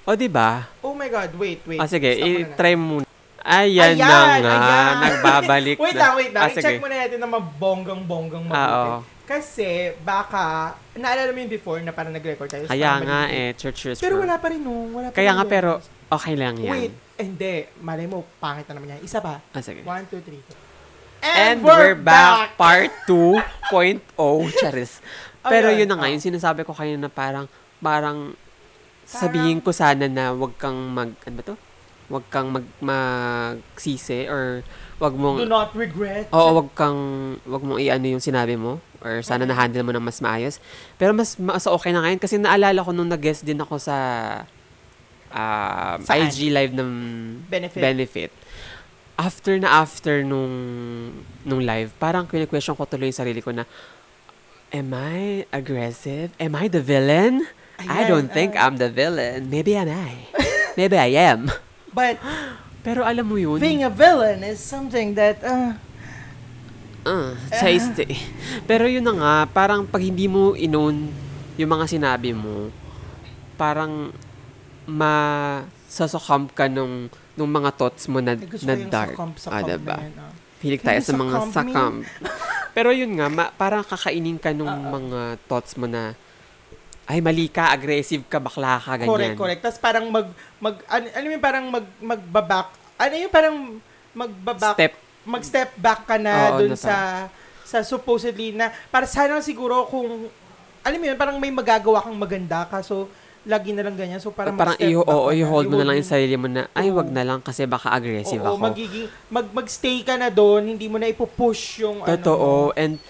[SPEAKER 1] O, di ba?
[SPEAKER 2] Oh my God. Wait, wait.
[SPEAKER 1] O, Ah, sige,
[SPEAKER 2] Stop muna.
[SPEAKER 1] i-try mo muna. Ah, Ayan, na nga,
[SPEAKER 2] ayan.
[SPEAKER 1] nagbabalik.
[SPEAKER 2] wait
[SPEAKER 1] na.
[SPEAKER 2] lang, wait lang.
[SPEAKER 1] Ah, sige.
[SPEAKER 2] I-check muna natin na mabonggang-bonggang
[SPEAKER 1] Ah,
[SPEAKER 2] mabuti.
[SPEAKER 1] oo.
[SPEAKER 2] Kasi, baka, naalala mo yung before na parang nag-record tayo. so
[SPEAKER 1] Kaya
[SPEAKER 2] parang
[SPEAKER 1] nga
[SPEAKER 2] mali-
[SPEAKER 1] eh, church is
[SPEAKER 2] Pero
[SPEAKER 1] for-
[SPEAKER 2] wala pa rin, no? Wala pa
[SPEAKER 1] Kaya
[SPEAKER 2] rin
[SPEAKER 1] nga,
[SPEAKER 2] yun.
[SPEAKER 1] pero okay lang yan.
[SPEAKER 2] Wait, hindi. Malay mo, pangit na naman yan. Isa pa.
[SPEAKER 1] Ah, sige.
[SPEAKER 2] One, two, three. go.
[SPEAKER 1] And we're back, part 2.0, charis.
[SPEAKER 2] Oh,
[SPEAKER 1] Pero
[SPEAKER 2] yun,
[SPEAKER 1] yun na nga,
[SPEAKER 2] oh.
[SPEAKER 1] yung sinasabi ko kayo na parang, parang, sabihin ko sana na wag kang mag, ano ba to? Wag kang mag, magsisi or wag
[SPEAKER 2] Do
[SPEAKER 1] mong,
[SPEAKER 2] not regret.
[SPEAKER 1] oo, wag kang, wag mong i-ano yung sinabi mo or sana na-handle mo ng mas maayos. Pero mas, mas okay na ngayon kasi naalala ko nung nag-guest din ako sa um,
[SPEAKER 2] Saan?
[SPEAKER 1] IG live ng
[SPEAKER 2] Benefit.
[SPEAKER 1] benefit. After na after nung nung live, parang kine-question ko tuloy yung sarili ko na Am I aggressive? Am I the villain? I
[SPEAKER 2] Ayan,
[SPEAKER 1] don't think
[SPEAKER 2] ah.
[SPEAKER 1] I'm the villain. Maybe I'm I. Maybe I am.
[SPEAKER 2] But
[SPEAKER 1] Pero alam mo yun,
[SPEAKER 2] being a villain is something that, uh,
[SPEAKER 1] ah, tasty. Pero yun na nga, parang pag hindi mo inown yung mga sinabi mo, parang masasakam ka nung, nung mga thoughts mo na,
[SPEAKER 2] gusto
[SPEAKER 1] na
[SPEAKER 2] ko yung
[SPEAKER 1] dark.
[SPEAKER 2] succumb, succumb
[SPEAKER 1] Ah, diba?
[SPEAKER 2] na yan, ah.
[SPEAKER 1] Hilig
[SPEAKER 2] Can
[SPEAKER 1] tayo
[SPEAKER 2] you
[SPEAKER 1] sa mga
[SPEAKER 2] succumb me?
[SPEAKER 1] sakam. Pero yun nga, ma- parang kakainin ka
[SPEAKER 2] Ah,
[SPEAKER 1] nung mga thoughts mo na, ay mali ka, aggressive ka, bakla ka, ganyan.
[SPEAKER 2] Correct, correct. Tapos parang mag, mag, ano, ano yung parang mag, magbaback, ano yung parang magbaback,
[SPEAKER 1] Step.
[SPEAKER 2] mag-step back ka na
[SPEAKER 1] Oo,
[SPEAKER 2] dun
[SPEAKER 1] ano na
[SPEAKER 2] sa, sa supposedly na, para sana siguro kung, alam mo yun, parang may magagawa kang maganda ka, so, lagi na lang ganyan. So, parang,
[SPEAKER 1] Parang, parang
[SPEAKER 2] mag-step
[SPEAKER 1] i-
[SPEAKER 2] back
[SPEAKER 1] oo,
[SPEAKER 2] ka na,
[SPEAKER 1] i-hold mo na lang
[SPEAKER 2] i-hold
[SPEAKER 1] yung sarili mo na, ay
[SPEAKER 2] Oo.
[SPEAKER 1] wag na lang kasi baka aggressive
[SPEAKER 2] Oo,
[SPEAKER 1] ako.
[SPEAKER 2] magiging, mag, mag-stay ka na doon, hindi mo na ipupush yung ano.
[SPEAKER 1] Totoo. And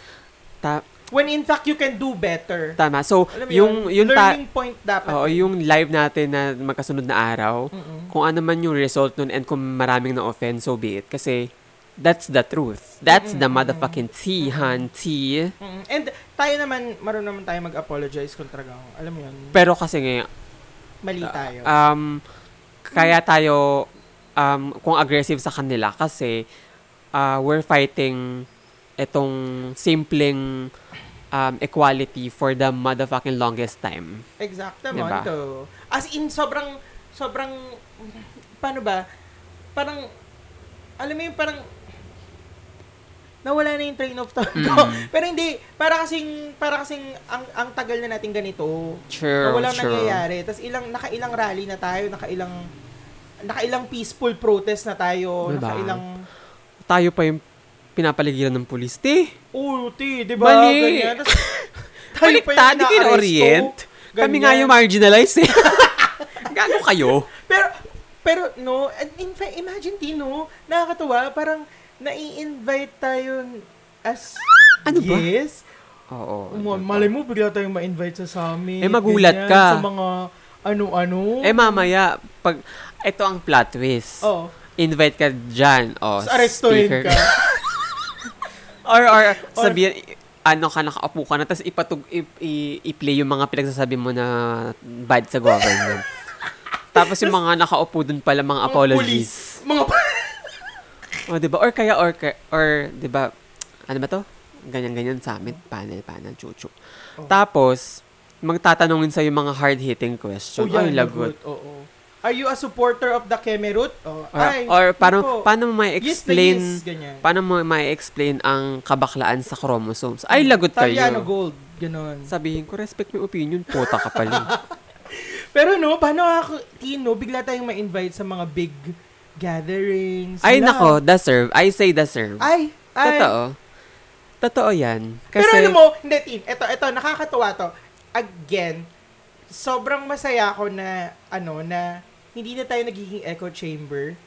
[SPEAKER 1] ta-
[SPEAKER 2] When in fact, you can do better.
[SPEAKER 1] tama. So,
[SPEAKER 2] Alam mo
[SPEAKER 1] yung,
[SPEAKER 2] yun,
[SPEAKER 1] yung, ta-
[SPEAKER 2] learning point dapat.
[SPEAKER 1] oo, yung live natin na magkasunod na araw,
[SPEAKER 2] Mm-mm.
[SPEAKER 1] kung ano man yung result nun and kung maraming na-offend, so be it. Kasi, that's the truth. That's the motherfucking tea, han, tea.
[SPEAKER 2] Mm, And tayo naman, marunong naman tayo mag-apologize kung talagang, alam mo yun,
[SPEAKER 1] Pero kasi ngayon,
[SPEAKER 2] mali tayo.
[SPEAKER 1] um, kaya tayo um, kung aggressive sa kanila kasi uh, we're fighting itong simpleng um, equality for the motherfucking longest time.
[SPEAKER 2] Exacto,
[SPEAKER 1] Diba?
[SPEAKER 2] Monto. As in, sobrang, sobrang, paano ba, parang, alam mo yun, parang, nawala na yung train of thought ko.
[SPEAKER 1] Mm.
[SPEAKER 2] Pero hindi, para kasing, para kasing, ang, ang tagal na natin ganito, na
[SPEAKER 1] Sure,
[SPEAKER 2] Ah, walang nangyayari. Tapos ilang, nakailang rally na tayo, nakailang, nakailang peaceful protest na tayo,
[SPEAKER 1] Diba?
[SPEAKER 2] nakailang,
[SPEAKER 1] Tayo pa yung pinapaligiran ng pulis, te.
[SPEAKER 2] oh, ti, di ba?
[SPEAKER 1] Mali.
[SPEAKER 2] Ganyan. Tapos, tayo pa yung
[SPEAKER 1] Baliktad, di kayo
[SPEAKER 2] inaaresto.
[SPEAKER 1] orient. Kami nga
[SPEAKER 2] Ganyan.
[SPEAKER 1] yung marginalized, eh. Gago kayo.
[SPEAKER 2] Pero, pero no, and in fact, imagine din, no, nakakatuwa, parang nai-invite tayo as
[SPEAKER 1] Ano ba?
[SPEAKER 2] yes.
[SPEAKER 1] Oo.
[SPEAKER 2] Ma- malay mo, bigla tayong ma-invite sa summit.
[SPEAKER 1] Eh, magulat
[SPEAKER 2] ganyan,
[SPEAKER 1] ka.
[SPEAKER 2] Sa mga ano-ano.
[SPEAKER 1] Eh, mamaya, pag, ito ang plot twist.
[SPEAKER 2] oh,
[SPEAKER 1] invite ka dyan. O,
[SPEAKER 2] Tapos arestuhin
[SPEAKER 1] speaker.
[SPEAKER 2] ka.
[SPEAKER 1] or, or, sabihin, ano ka, nakaupo ka na, tapos ipatug, i- i- i-play yung mga pinagsasabi mo na bad sa government. tapos yung mga nakaupo dun pala,
[SPEAKER 2] Police.
[SPEAKER 1] mga apologies.
[SPEAKER 2] Mga
[SPEAKER 1] O, Oh, di ba? Or kaya, or, ka- or, di ba, ano ba to? Ganyan-ganyan summit, panel, panel, chuchu.
[SPEAKER 2] Oh.
[SPEAKER 1] Tapos, magtatanungin sa'yo yung mga hard-hitting
[SPEAKER 2] Oh,
[SPEAKER 1] question.
[SPEAKER 2] yan,
[SPEAKER 1] Ay, lagot.
[SPEAKER 2] Oo. Are you a supporter of the Kemerut? Oh,
[SPEAKER 1] Or,
[SPEAKER 2] ay,
[SPEAKER 1] Ah, or paano,
[SPEAKER 2] yun po.
[SPEAKER 1] paano mo
[SPEAKER 2] Yes
[SPEAKER 1] may
[SPEAKER 2] na
[SPEAKER 1] explain,
[SPEAKER 2] yes, ganyan.
[SPEAKER 1] paano mo may explain ang kabaklaan sa chromosomes? Ay, lagot
[SPEAKER 2] Taliano
[SPEAKER 1] kayo.
[SPEAKER 2] Gold, ganon.
[SPEAKER 1] Sabihin ko, respect my opinion, puta ka pala.
[SPEAKER 2] Pero no, paano ako, Tino, bigla tayong ma-invite sa mga big gatherings.
[SPEAKER 1] Ay,
[SPEAKER 2] Wala.
[SPEAKER 1] nako, deserve. I say deserve.
[SPEAKER 2] Ay, ay.
[SPEAKER 1] Totoo. Totoo yan. Kasi,
[SPEAKER 2] Pero ano mo, hindi, Tin, eto, eto, nakakatuwa to. Again, sobrang masaya ako na, ano, na hindi na tayo nagiging echo chamber.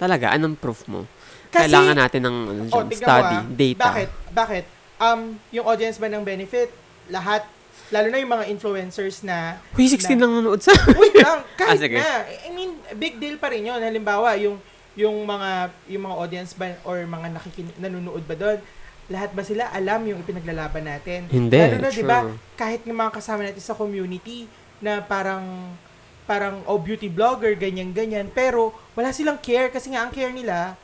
[SPEAKER 1] talaga, anong proof mo?
[SPEAKER 2] Kasi-
[SPEAKER 1] Kailangan natin ng ano,
[SPEAKER 2] Oh,
[SPEAKER 1] dyan,
[SPEAKER 2] tignan
[SPEAKER 1] study,
[SPEAKER 2] mo ah.
[SPEAKER 1] data.
[SPEAKER 2] Bakit? Bakit? Um, yung audience ba ng benefit? Lahat. Lalo na yung mga influencers na...
[SPEAKER 1] Huy, 16
[SPEAKER 2] na,
[SPEAKER 1] lang nanonood sa...
[SPEAKER 2] Wait lang, kahit
[SPEAKER 1] Ah, sige.
[SPEAKER 2] na. I mean, big deal pa rin yun. Halimbawa, yung yung mga yung mga audience ba or mga nakikin nanonood ba doon lahat ba sila alam yung ipinaglalaban natin
[SPEAKER 1] Hindi,
[SPEAKER 2] lalo na 'di ba
[SPEAKER 1] true.
[SPEAKER 2] kahit ng mga kasama natin sa community na parang parang oh beauty vlogger ganyan ganyan pero wala silang care kasi nga ang care nila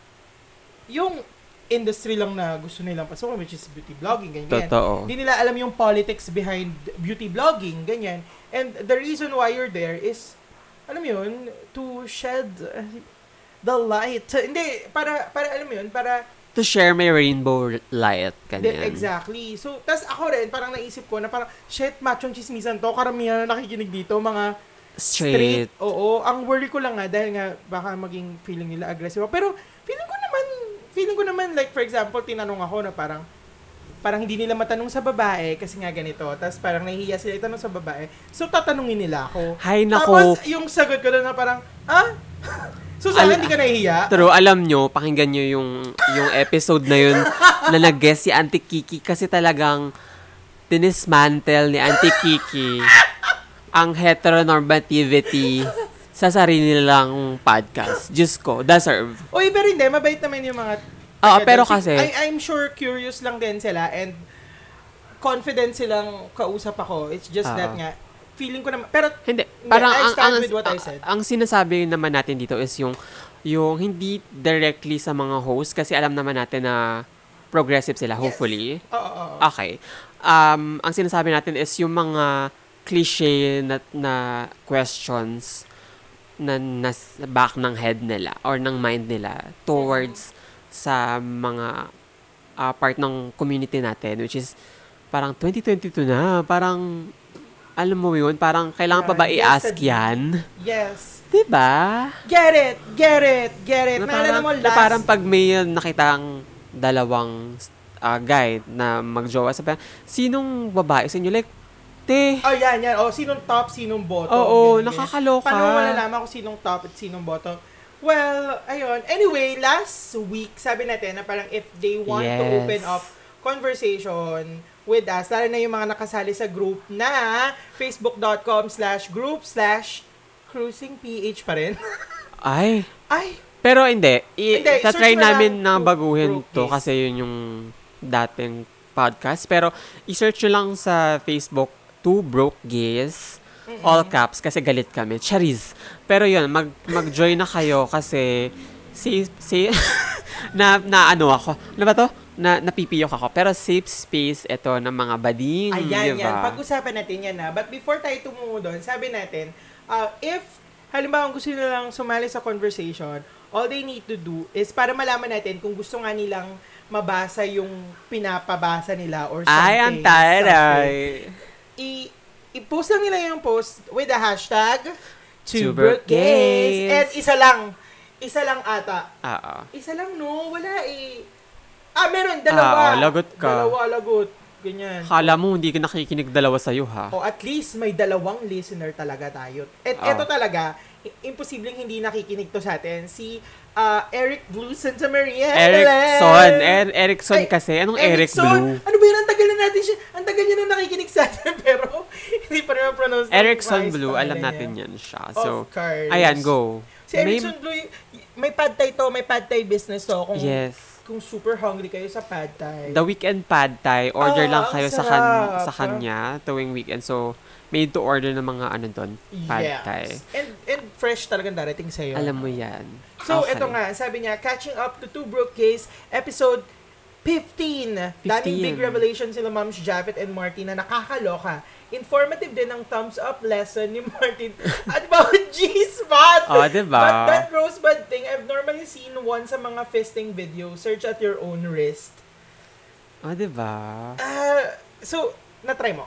[SPEAKER 2] yung industry lang na gusto nilang pasukan which is beauty vlogging ganyan Oh.
[SPEAKER 1] Totoo.
[SPEAKER 2] Hindi nila alam yung politics behind beauty vlogging, ganyan. And the reason why you're there is, alam mo yun, to shed uh, the light. Hindi, para, para alam mo yun, para,
[SPEAKER 1] To share my rainbow light.
[SPEAKER 2] di-
[SPEAKER 1] Ganyan.
[SPEAKER 2] exactly. So, tas ako rin, parang naisip ko na parang, shit, machong chismisan to, karamihan na nakikinig dito, mga
[SPEAKER 1] Straight.
[SPEAKER 2] straight. Oo, ang worry ko lang nga, dahil nga, baka maging feeling nila aggressive. Pero, feeling ko naman, feeling ko naman, like, for example, tinanong ako na parang, parang hindi nila matanong sa babae kasi nga ganito. Tapos parang nahihiya sila itanong sa babae. So tatanungin nila ako.
[SPEAKER 1] Hay nako.
[SPEAKER 2] Tapos yung sagot ko na parang, ah? so sana
[SPEAKER 1] Ala-
[SPEAKER 2] hindi ka nahihiya?
[SPEAKER 1] True, alam nyo, pakinggan nyo yung, yung episode na yun na nag-guest si Auntie Kiki kasi talagang dinismantle ni Auntie Kiki ang heteronormativity sa sarili nilang podcast. Diyos ko, deserve.
[SPEAKER 2] Uy, pero hindi, mabait naman yung mga...
[SPEAKER 1] Ah,
[SPEAKER 2] taga-
[SPEAKER 1] pero
[SPEAKER 2] Si-
[SPEAKER 1] kasi-
[SPEAKER 2] I, I'm sure curious lang din sila and confident silang kausap ako. It's just
[SPEAKER 1] Ah.
[SPEAKER 2] that nga, feeling ko naman... Pero,
[SPEAKER 1] Hindi,
[SPEAKER 2] Hindi,
[SPEAKER 1] parang
[SPEAKER 2] I
[SPEAKER 1] ang,
[SPEAKER 2] stand
[SPEAKER 1] ang,
[SPEAKER 2] with what I
[SPEAKER 1] ang-
[SPEAKER 2] said.
[SPEAKER 1] ang sinasabi naman natin dito is yung yung hindi directly sa mga host kasi alam naman natin na progressive sila hopefully.
[SPEAKER 2] oo, oo.
[SPEAKER 1] Okay. Um, ang sinasabi natin is yung mga cliche na, na questions na nas back ng head nila or ng mind nila towards sa mga ah, part ng community natin which is parang 2022 na parang alam mo yun parang kailangan pa ba
[SPEAKER 2] Yeah, yes,
[SPEAKER 1] i-ask yan
[SPEAKER 2] yes.
[SPEAKER 1] 'di ba
[SPEAKER 2] Get it! Get it! Get it!
[SPEAKER 1] na
[SPEAKER 2] Naalala
[SPEAKER 1] parang,
[SPEAKER 2] mo last...
[SPEAKER 1] na parang pag may uh, nakitang dalawang ah, guy na magjowa sa parang, sinong babae sa inyo? Like, te,
[SPEAKER 2] Oh, yan, yan. Oh, sinong top, sinong bottom.
[SPEAKER 1] oo,
[SPEAKER 2] Ganyan, ganyan.
[SPEAKER 1] nakakaloka.
[SPEAKER 2] Paano mo malalaman kung sinong top at sinong bottom? Well, ayun. Anyway, last week, sabi natin na parang if they want to
[SPEAKER 1] Yes.
[SPEAKER 2] open up conversation with us, lalo na yung mga nakasali sa group na facebook.com slash group slash cruisingph pa rin.
[SPEAKER 1] Ay,
[SPEAKER 2] Ay,
[SPEAKER 1] pero hindi. I-
[SPEAKER 2] Hindi, search mo
[SPEAKER 1] tatry namin
[SPEAKER 2] lang
[SPEAKER 1] na
[SPEAKER 2] group-
[SPEAKER 1] baguhin
[SPEAKER 2] group
[SPEAKER 1] to
[SPEAKER 2] case.
[SPEAKER 1] kasi yun yung dating podcast. Pero, isearch nyo lang sa Facebook, Two Broke Gays, all caps, kasi galit kami. Charis. Pero yun, mag, mag-join na kayo kasi safe, safe, na, na ano ako, ano ba to? Na, napipiyok ako. Pero safe space ito ng mga bading,
[SPEAKER 2] Ayan,
[SPEAKER 1] Mm, di
[SPEAKER 2] yan.
[SPEAKER 1] ba?
[SPEAKER 2] Pag-usapan natin yan na. But before tayo tumungo doon, sabi natin, uh, if halimbawa gusto nilang sumali sa conversation, all they need to do is para malaman natin kung gusto nga nilang mabasa yung pinapabasa nila or something.
[SPEAKER 1] Ay, ang
[SPEAKER 2] something.
[SPEAKER 1] taray.
[SPEAKER 2] I- i-post lang nila yung post with the hashtag
[SPEAKER 1] Two Broke
[SPEAKER 2] Gays.
[SPEAKER 1] Gays.
[SPEAKER 2] And isa lang. Isa lang ata.
[SPEAKER 1] Oo.
[SPEAKER 2] Isa lang, no? Wala eh. Ah, meron. Dalawa.
[SPEAKER 1] Ah, oh, lagot ka.
[SPEAKER 2] Dalawa, lagot. Ganyan.
[SPEAKER 1] Kala mo hindi ka nakikinig dalawa sa'yo, ha?
[SPEAKER 2] O at least may dalawang listener talaga tayo. At
[SPEAKER 1] Ah.
[SPEAKER 2] eto talaga, i- imposibleng hindi nakikinig to sa atin. Si ah, Eric Blue Santa Maria.
[SPEAKER 1] Erickson. Er Erickson
[SPEAKER 2] Ay,
[SPEAKER 1] kasi. Anong Eric Blue?
[SPEAKER 2] Ano ba yun? Ang tagal na natin siya. Ang tagal niya na nakikinig sa atin. Pero hindi pa rin ma-pronounce. ng
[SPEAKER 1] Erickson
[SPEAKER 2] wise
[SPEAKER 1] Blue,
[SPEAKER 2] pangalan
[SPEAKER 1] alam natin
[SPEAKER 2] niya.
[SPEAKER 1] yan siya.
[SPEAKER 2] Of
[SPEAKER 1] So,
[SPEAKER 2] course.
[SPEAKER 1] ayan, go.
[SPEAKER 2] Si Erickson Blue, y- y- may pad thai to, may pad thai business to. Kung,
[SPEAKER 1] Yes.
[SPEAKER 2] kung super hungry kayo sa pad thai.
[SPEAKER 1] The weekend pad thai, order
[SPEAKER 2] Ah,
[SPEAKER 1] lang
[SPEAKER 2] ang
[SPEAKER 1] kayo sa, kan
[SPEAKER 2] sarap.
[SPEAKER 1] sa kanya tuwing weekend. So, made to order ng mga ano doon, pad thai.
[SPEAKER 2] And, and fresh talagang darating sa'yo.
[SPEAKER 1] Alam mo yan.
[SPEAKER 2] So,
[SPEAKER 1] Okay.
[SPEAKER 2] eto nga, sabi niya, Catching Up to Two Broke Gays, episode 15. Daming
[SPEAKER 1] 15.
[SPEAKER 2] big revelations sila Moms Javet and Martin na nakakaloka. Informative din ang thumbs up lesson ni Martin about G-spot.
[SPEAKER 1] Oh,
[SPEAKER 2] But
[SPEAKER 1] diba?
[SPEAKER 2] that rosebud thing, I've normally seen one sa mga fisting video. Search at your own risk.
[SPEAKER 1] Oh, diba?
[SPEAKER 2] Ah, so, natry mo.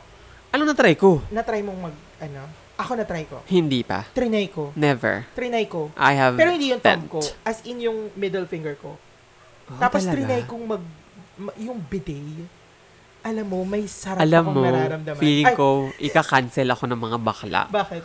[SPEAKER 1] Anong natry Ano ko?
[SPEAKER 2] Natry mong mag, ano? Ako natry ko.
[SPEAKER 1] Hindi pa.
[SPEAKER 2] Trinay ko.
[SPEAKER 1] Never.
[SPEAKER 2] Trinay ko.
[SPEAKER 1] I have
[SPEAKER 2] Pero hindi yung thumb
[SPEAKER 1] bent.
[SPEAKER 2] ko. As in yung middle finger ko.
[SPEAKER 1] Oh,
[SPEAKER 2] Tapos
[SPEAKER 1] talaga?
[SPEAKER 2] trinay kong mag, ma- yung bidet. Alam mo, may sarap
[SPEAKER 1] Alam
[SPEAKER 2] akong
[SPEAKER 1] mo,
[SPEAKER 2] nararamdaman.
[SPEAKER 1] feeling
[SPEAKER 2] Ay,
[SPEAKER 1] ko, ika-cancel ako ng mga bakla.
[SPEAKER 2] Bakit?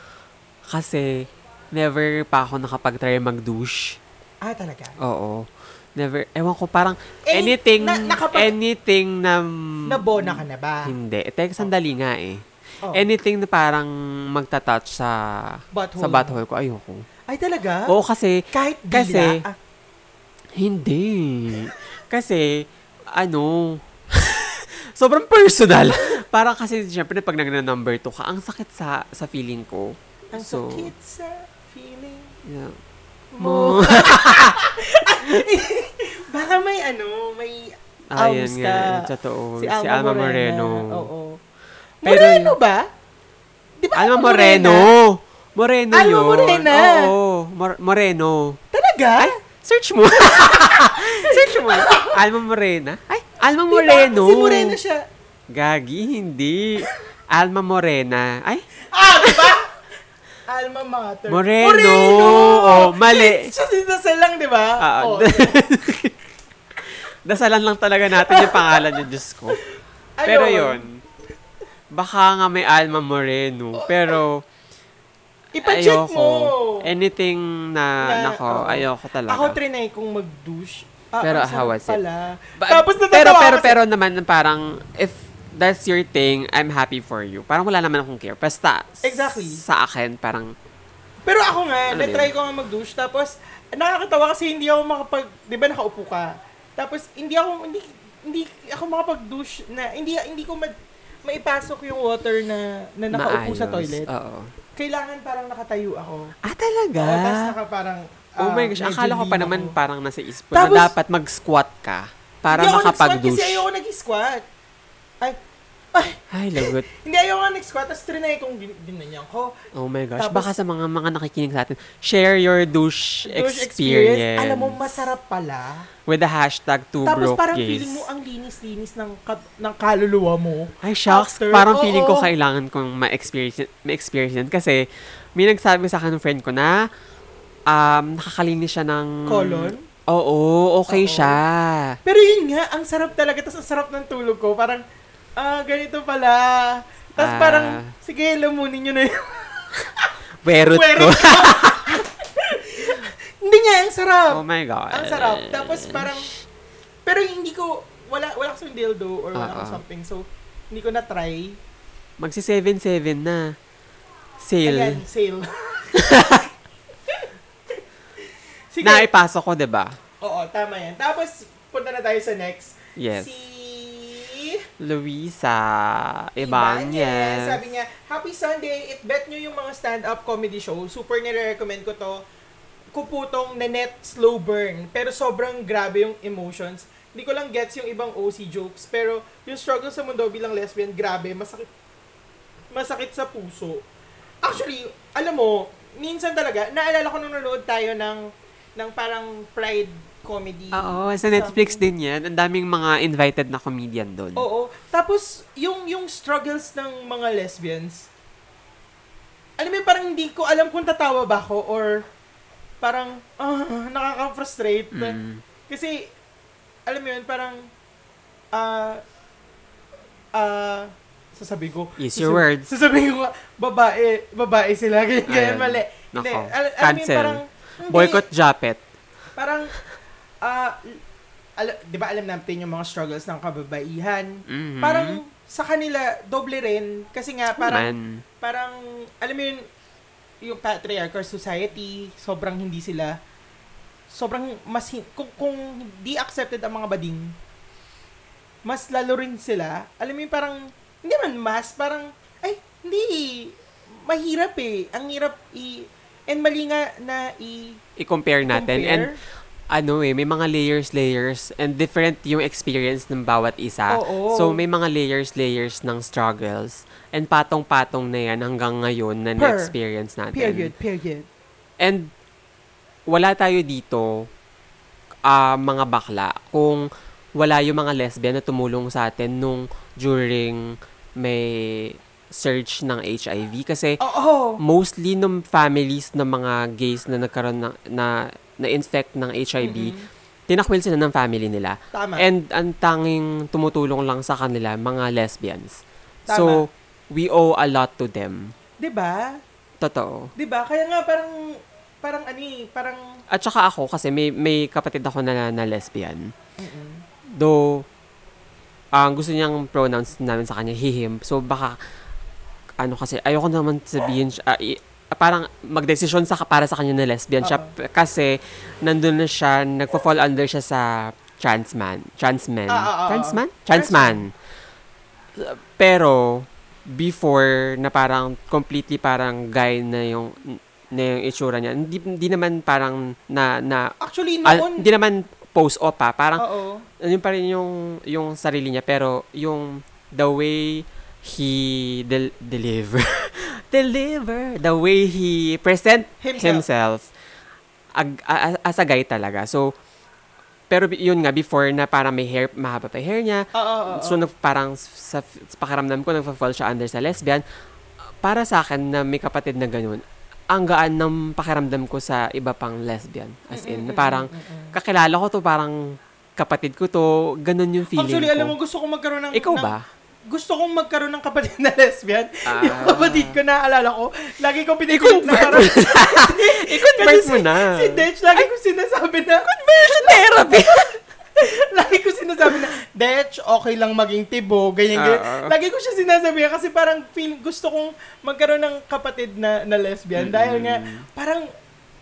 [SPEAKER 1] Kasi, never pa ako nakapag-try mag-douche.
[SPEAKER 2] Ah, talaga?
[SPEAKER 1] Oo. Never. Ewan ko, parang
[SPEAKER 2] Eh,
[SPEAKER 1] anything,
[SPEAKER 2] na- nakapag-
[SPEAKER 1] anything na... m-
[SPEAKER 2] Nabona ka na ba?
[SPEAKER 1] Hindi. Eh, Teka, sandali nga eh.
[SPEAKER 2] Oh.
[SPEAKER 1] Anything na parang magta-touch sa...
[SPEAKER 2] Butthole
[SPEAKER 1] Sa
[SPEAKER 2] mo.
[SPEAKER 1] butthole ko, ayoko.
[SPEAKER 2] Ay, talaga?
[SPEAKER 1] Oo, kasi...
[SPEAKER 2] Kahit bila?
[SPEAKER 1] Oh, kasi-
[SPEAKER 2] ah,
[SPEAKER 1] Hindi. kasi, ano... sobrang personal. parang kasi, syempre, pag nag-number 2 ka, ang sakit sa sa feeling ko.
[SPEAKER 2] ang
[SPEAKER 1] so,
[SPEAKER 2] sakit sa feeling
[SPEAKER 1] Yeah.
[SPEAKER 2] mo. Baka may ano, may
[SPEAKER 1] Ayan
[SPEAKER 2] Alms
[SPEAKER 1] nga, eh,
[SPEAKER 2] ka.
[SPEAKER 1] totoo.
[SPEAKER 2] si Alma, Moreno. Oo.
[SPEAKER 1] Pero-
[SPEAKER 2] Moreno ba? Di ba
[SPEAKER 1] Alma Moreno! Moreno
[SPEAKER 2] Alma
[SPEAKER 1] yun.
[SPEAKER 2] Morena.
[SPEAKER 1] Oo, Mor- Moreno.
[SPEAKER 2] Talaga?
[SPEAKER 1] Search mo. Search mo. Alma Morena. Ay, Alma
[SPEAKER 2] Di ba?
[SPEAKER 1] Moreno.
[SPEAKER 2] Si Moreno siya.
[SPEAKER 1] Gagi, hindi. Alma Morena. Ay,
[SPEAKER 2] Ah, di ba? Alma mater.
[SPEAKER 1] Moreno. Oh, mali.
[SPEAKER 2] Siya dinasal lang, di ba? Oh,
[SPEAKER 1] ah,
[SPEAKER 2] Oo.
[SPEAKER 1] dasalan lang talaga natin yung pangalan niya, Diyos ko. Pero
[SPEAKER 2] Ayun.
[SPEAKER 1] yun, baka nga may Alma Moreno. Pero,
[SPEAKER 2] Ipacheck
[SPEAKER 1] ayoko.
[SPEAKER 2] mo.
[SPEAKER 1] Anything na,
[SPEAKER 2] Na- oo.
[SPEAKER 1] nako, ayoko talaga.
[SPEAKER 2] Ako trinay kong mag-douche. Ah,
[SPEAKER 1] Pero
[SPEAKER 2] ang sarap
[SPEAKER 1] ahawas it.
[SPEAKER 2] pala.
[SPEAKER 1] Ba-
[SPEAKER 2] Tapos natatawa
[SPEAKER 1] pero, pero,
[SPEAKER 2] kasi-
[SPEAKER 1] pero naman parang, if that's your thing, I'm happy for you. Parang wala naman akong care. Basta, s-
[SPEAKER 2] Exactly.
[SPEAKER 1] sa akin, parang,
[SPEAKER 2] Pero ako nga,
[SPEAKER 1] Ano
[SPEAKER 2] na-try
[SPEAKER 1] yun?
[SPEAKER 2] ko nga mag-douche. Tapos, nakakatawa kasi hindi ako makapag... Di ba nakaupo ka? Tapos, hindi ako... Hindi, hindi ako makapag-douche na... Hindi, hindi ko ma, maipasok yung water na, na nakaupo sa
[SPEAKER 1] maayos. Ah.
[SPEAKER 2] toilet.
[SPEAKER 1] Oo.
[SPEAKER 2] Kailangan parang nakatayo ako.
[SPEAKER 1] Ah, talaga?
[SPEAKER 2] Oo, tapos naka parang...
[SPEAKER 1] oh
[SPEAKER 2] ah,
[SPEAKER 1] my gosh,
[SPEAKER 2] medyo
[SPEAKER 1] akala ko pa
[SPEAKER 2] lean
[SPEAKER 1] naman
[SPEAKER 2] ako.
[SPEAKER 1] parang nasa isip ko
[SPEAKER 2] Tapos-
[SPEAKER 1] na dapat mag-squat ka para
[SPEAKER 2] Hindi ako nag-squat
[SPEAKER 1] makapag-douche.
[SPEAKER 2] kasi ayoko nag-squat. Ay, ay,
[SPEAKER 1] Ay, lagot.
[SPEAKER 2] hindi ayoko nga nag-squat. Tapos trinay kong gin- ginanyan ko.
[SPEAKER 1] Oh my gosh.
[SPEAKER 2] Tapos-
[SPEAKER 1] baka sa mga mga nakikinig sa atin, share your douche,
[SPEAKER 2] Douche
[SPEAKER 1] experience,
[SPEAKER 2] Alam mo, masarap pala.
[SPEAKER 1] with the hashtag 2
[SPEAKER 2] Tapos
[SPEAKER 1] broke
[SPEAKER 2] parang
[SPEAKER 1] gays.
[SPEAKER 2] feeling mo ang linis-linis ng kap- ng kaluluwa mo.
[SPEAKER 1] Ay, shucks.
[SPEAKER 2] After,
[SPEAKER 1] parang feeling
[SPEAKER 2] oo.
[SPEAKER 1] ko kailangan kong ma-experience, ma-experience yan. Kasi, may nagsabi sa akin ng friend ko na um, nakakalinis siya ng...
[SPEAKER 2] Colon?
[SPEAKER 1] Oo,
[SPEAKER 2] Oo.
[SPEAKER 1] okay siya.
[SPEAKER 2] Pero yun nga, ang sarap talaga. Tapos ang sarap ng tulog ko. Parang, ah, ganito pala. Tapos
[SPEAKER 1] Ah.
[SPEAKER 2] parang, sige, lamunin nyo na yun.
[SPEAKER 1] Werot ko.
[SPEAKER 2] Puwera ka. Hindi nga, ang sarap.
[SPEAKER 1] oh my God.
[SPEAKER 2] ang sarap. Tapos parang, pero hindi ko, wala, wala akong dildo or wala akong
[SPEAKER 1] Oo.
[SPEAKER 2] something. So, hindi ko na-try.
[SPEAKER 1] Magsi 7-7 na.
[SPEAKER 2] Ayan,
[SPEAKER 1] Sale.
[SPEAKER 2] sale. Sige.
[SPEAKER 1] Naipasok ko, diba? 'di ba?
[SPEAKER 2] Oo, tama yan. Tapos, punta na tayo sa next.
[SPEAKER 1] Yes.
[SPEAKER 2] Si...
[SPEAKER 1] Luisa
[SPEAKER 2] Ibanez. Sabi
[SPEAKER 1] Ibanez.
[SPEAKER 2] niya, Happy Sunday! I-bet nyo yung mga stand-up comedy show. Super nire-recommend ko to. Kuputong na net slow burn. Pero sobrang grabe yung emotions. Hindi ko lang gets yung ibang OC jokes. Pero yung struggle sa mundo bilang lesbian, grabe. Masakit, masakit sa puso. Actually, alam mo, minsan talaga, naalala ko nung nanonood tayo ng, ng parang pride comedy.
[SPEAKER 1] Oo, sa Netflix din yan. Ang daming mga invited na comedian doon.
[SPEAKER 2] Oo. Tapos, yung, yung struggles ng mga lesbians, alam mo, yun, parang hindi ko alam kung tatawa ba ako or parang ah, nakaka-frustrate.
[SPEAKER 1] Mm.
[SPEAKER 2] Kasi, alam mo yun, parang, ah, ah, sasabi ko.
[SPEAKER 1] Use
[SPEAKER 2] sasabi-
[SPEAKER 1] your words.
[SPEAKER 2] Sasabi ko, nga, babae, babae sila, ganyan, ganyan,
[SPEAKER 1] Ayan.
[SPEAKER 2] mali.
[SPEAKER 1] Nako.
[SPEAKER 2] Hindi, al- alam mo yun,
[SPEAKER 1] Cancel.
[SPEAKER 2] parang, hindi.
[SPEAKER 1] Boycott Japet.
[SPEAKER 2] Parang, ah, al- di ba alam natin yung mga struggles ng kababaihan,
[SPEAKER 1] Mhm.
[SPEAKER 2] parang sa kanila doble rin kasi nga parang
[SPEAKER 1] Man.
[SPEAKER 2] parang alam mo yun yung patriarchal society sobrang hindi sila sobrang mas hin- kung, kung di accepted ang mga bading, mas lalo rin sila. Alam mo yung parang, hindi man mas, parang, ay, hindi, mahirap eh. Ang hirap i, and mali nga na i,
[SPEAKER 1] I-compare natin. And
[SPEAKER 2] compare.
[SPEAKER 1] ano eh, may mga layers, layers, and different yung experience ng bawat isa.
[SPEAKER 2] Oo.
[SPEAKER 1] So, may mga layers, layers ng struggles. And patong-patong na yan hanggang ngayon na
[SPEAKER 2] Per.
[SPEAKER 1] na-experience natin.
[SPEAKER 2] period, period.
[SPEAKER 1] And wala tayo dito ah, mga bakla kung wala yung mga lesbian na tumulong sa atin nung during may search ng HIV kasi
[SPEAKER 2] Oo.
[SPEAKER 1] mostly ng families ng mga gays na nagkaroon ng na na-infect ng HIV tinakwil sila ng family nila
[SPEAKER 2] Mm-hmm. Tama.
[SPEAKER 1] and ang tanging tumutulong lang sa kanila mga lesbians
[SPEAKER 2] Tama.
[SPEAKER 1] so we owe a lot to them
[SPEAKER 2] 'Di ba?
[SPEAKER 1] totoo
[SPEAKER 2] 'Di ba? Kaya nga parang parang ano eh, parang
[SPEAKER 1] At saka ako, kasi may, may kapatid ako na, na lesbian. Though, ang gusto niyang pronouns namin sa kanya, he, him. So, baka, ano kasi, ayoko naman sabihin siya, ah, i- ah, parang magdesisyon sa, para sa kanya na lesbian siya.
[SPEAKER 2] Oo.
[SPEAKER 1] p- Kasi, nandun na siya, nagpa-fall under siya sa trans man. Trans men.
[SPEAKER 2] Ah, ah, ah, ah.
[SPEAKER 1] trans man? Trans
[SPEAKER 2] Trans
[SPEAKER 1] man. Pero, before na parang completely parang guy na yung na yung itsura niya. Hindi, hindi naman parang na na
[SPEAKER 2] actually
[SPEAKER 1] ah,
[SPEAKER 2] noon
[SPEAKER 1] hindi naman Oh. post op pa. Parang
[SPEAKER 2] Oo.
[SPEAKER 1] yun pa rin yung yung sarili niya pero yung the way he del- deliver deliver the way he present
[SPEAKER 2] Himself.
[SPEAKER 1] himself, ag- a- a- as a guy talaga. So pero bi- yun nga before na parang may hair mahaba pa yung hair niya
[SPEAKER 2] Oo. oo, oo.
[SPEAKER 1] So, nag, parang sa, sa pakiramdam ko, nagpa-fall siya under sa lesbian. Para sa akin na may kapatid na ganun, ang gaan ng pakiramdam ko sa iba pang lesbian. As in, na parang, kakilala ko to, parang kapatid ko to, ganun yung feeling
[SPEAKER 2] actually,
[SPEAKER 1] ko.
[SPEAKER 2] alam mo gusto kong magkaroon ng
[SPEAKER 1] Ikaw
[SPEAKER 2] ng-
[SPEAKER 1] ba?
[SPEAKER 2] Gusto kong magkaroon ng kapatid na lesbian.
[SPEAKER 1] Ah.
[SPEAKER 2] Yung kapatid ko na alala ko, lagi kong pinipilit na
[SPEAKER 1] I-convert
[SPEAKER 2] parang
[SPEAKER 1] mo na. I-convert
[SPEAKER 2] Kasi
[SPEAKER 1] mo na.
[SPEAKER 2] si Dech, lagi ko sinasabi na
[SPEAKER 1] Conversion therapy.
[SPEAKER 2] lagi ko sinasabi na, Dech, okay lang maging tibo, ganyan, ganyan.
[SPEAKER 1] Ah.
[SPEAKER 2] lagi ko siya sinasabi kasi parang feel, gusto kong magkaroon ng kapatid na, na lesbian. Dahil nga, parang,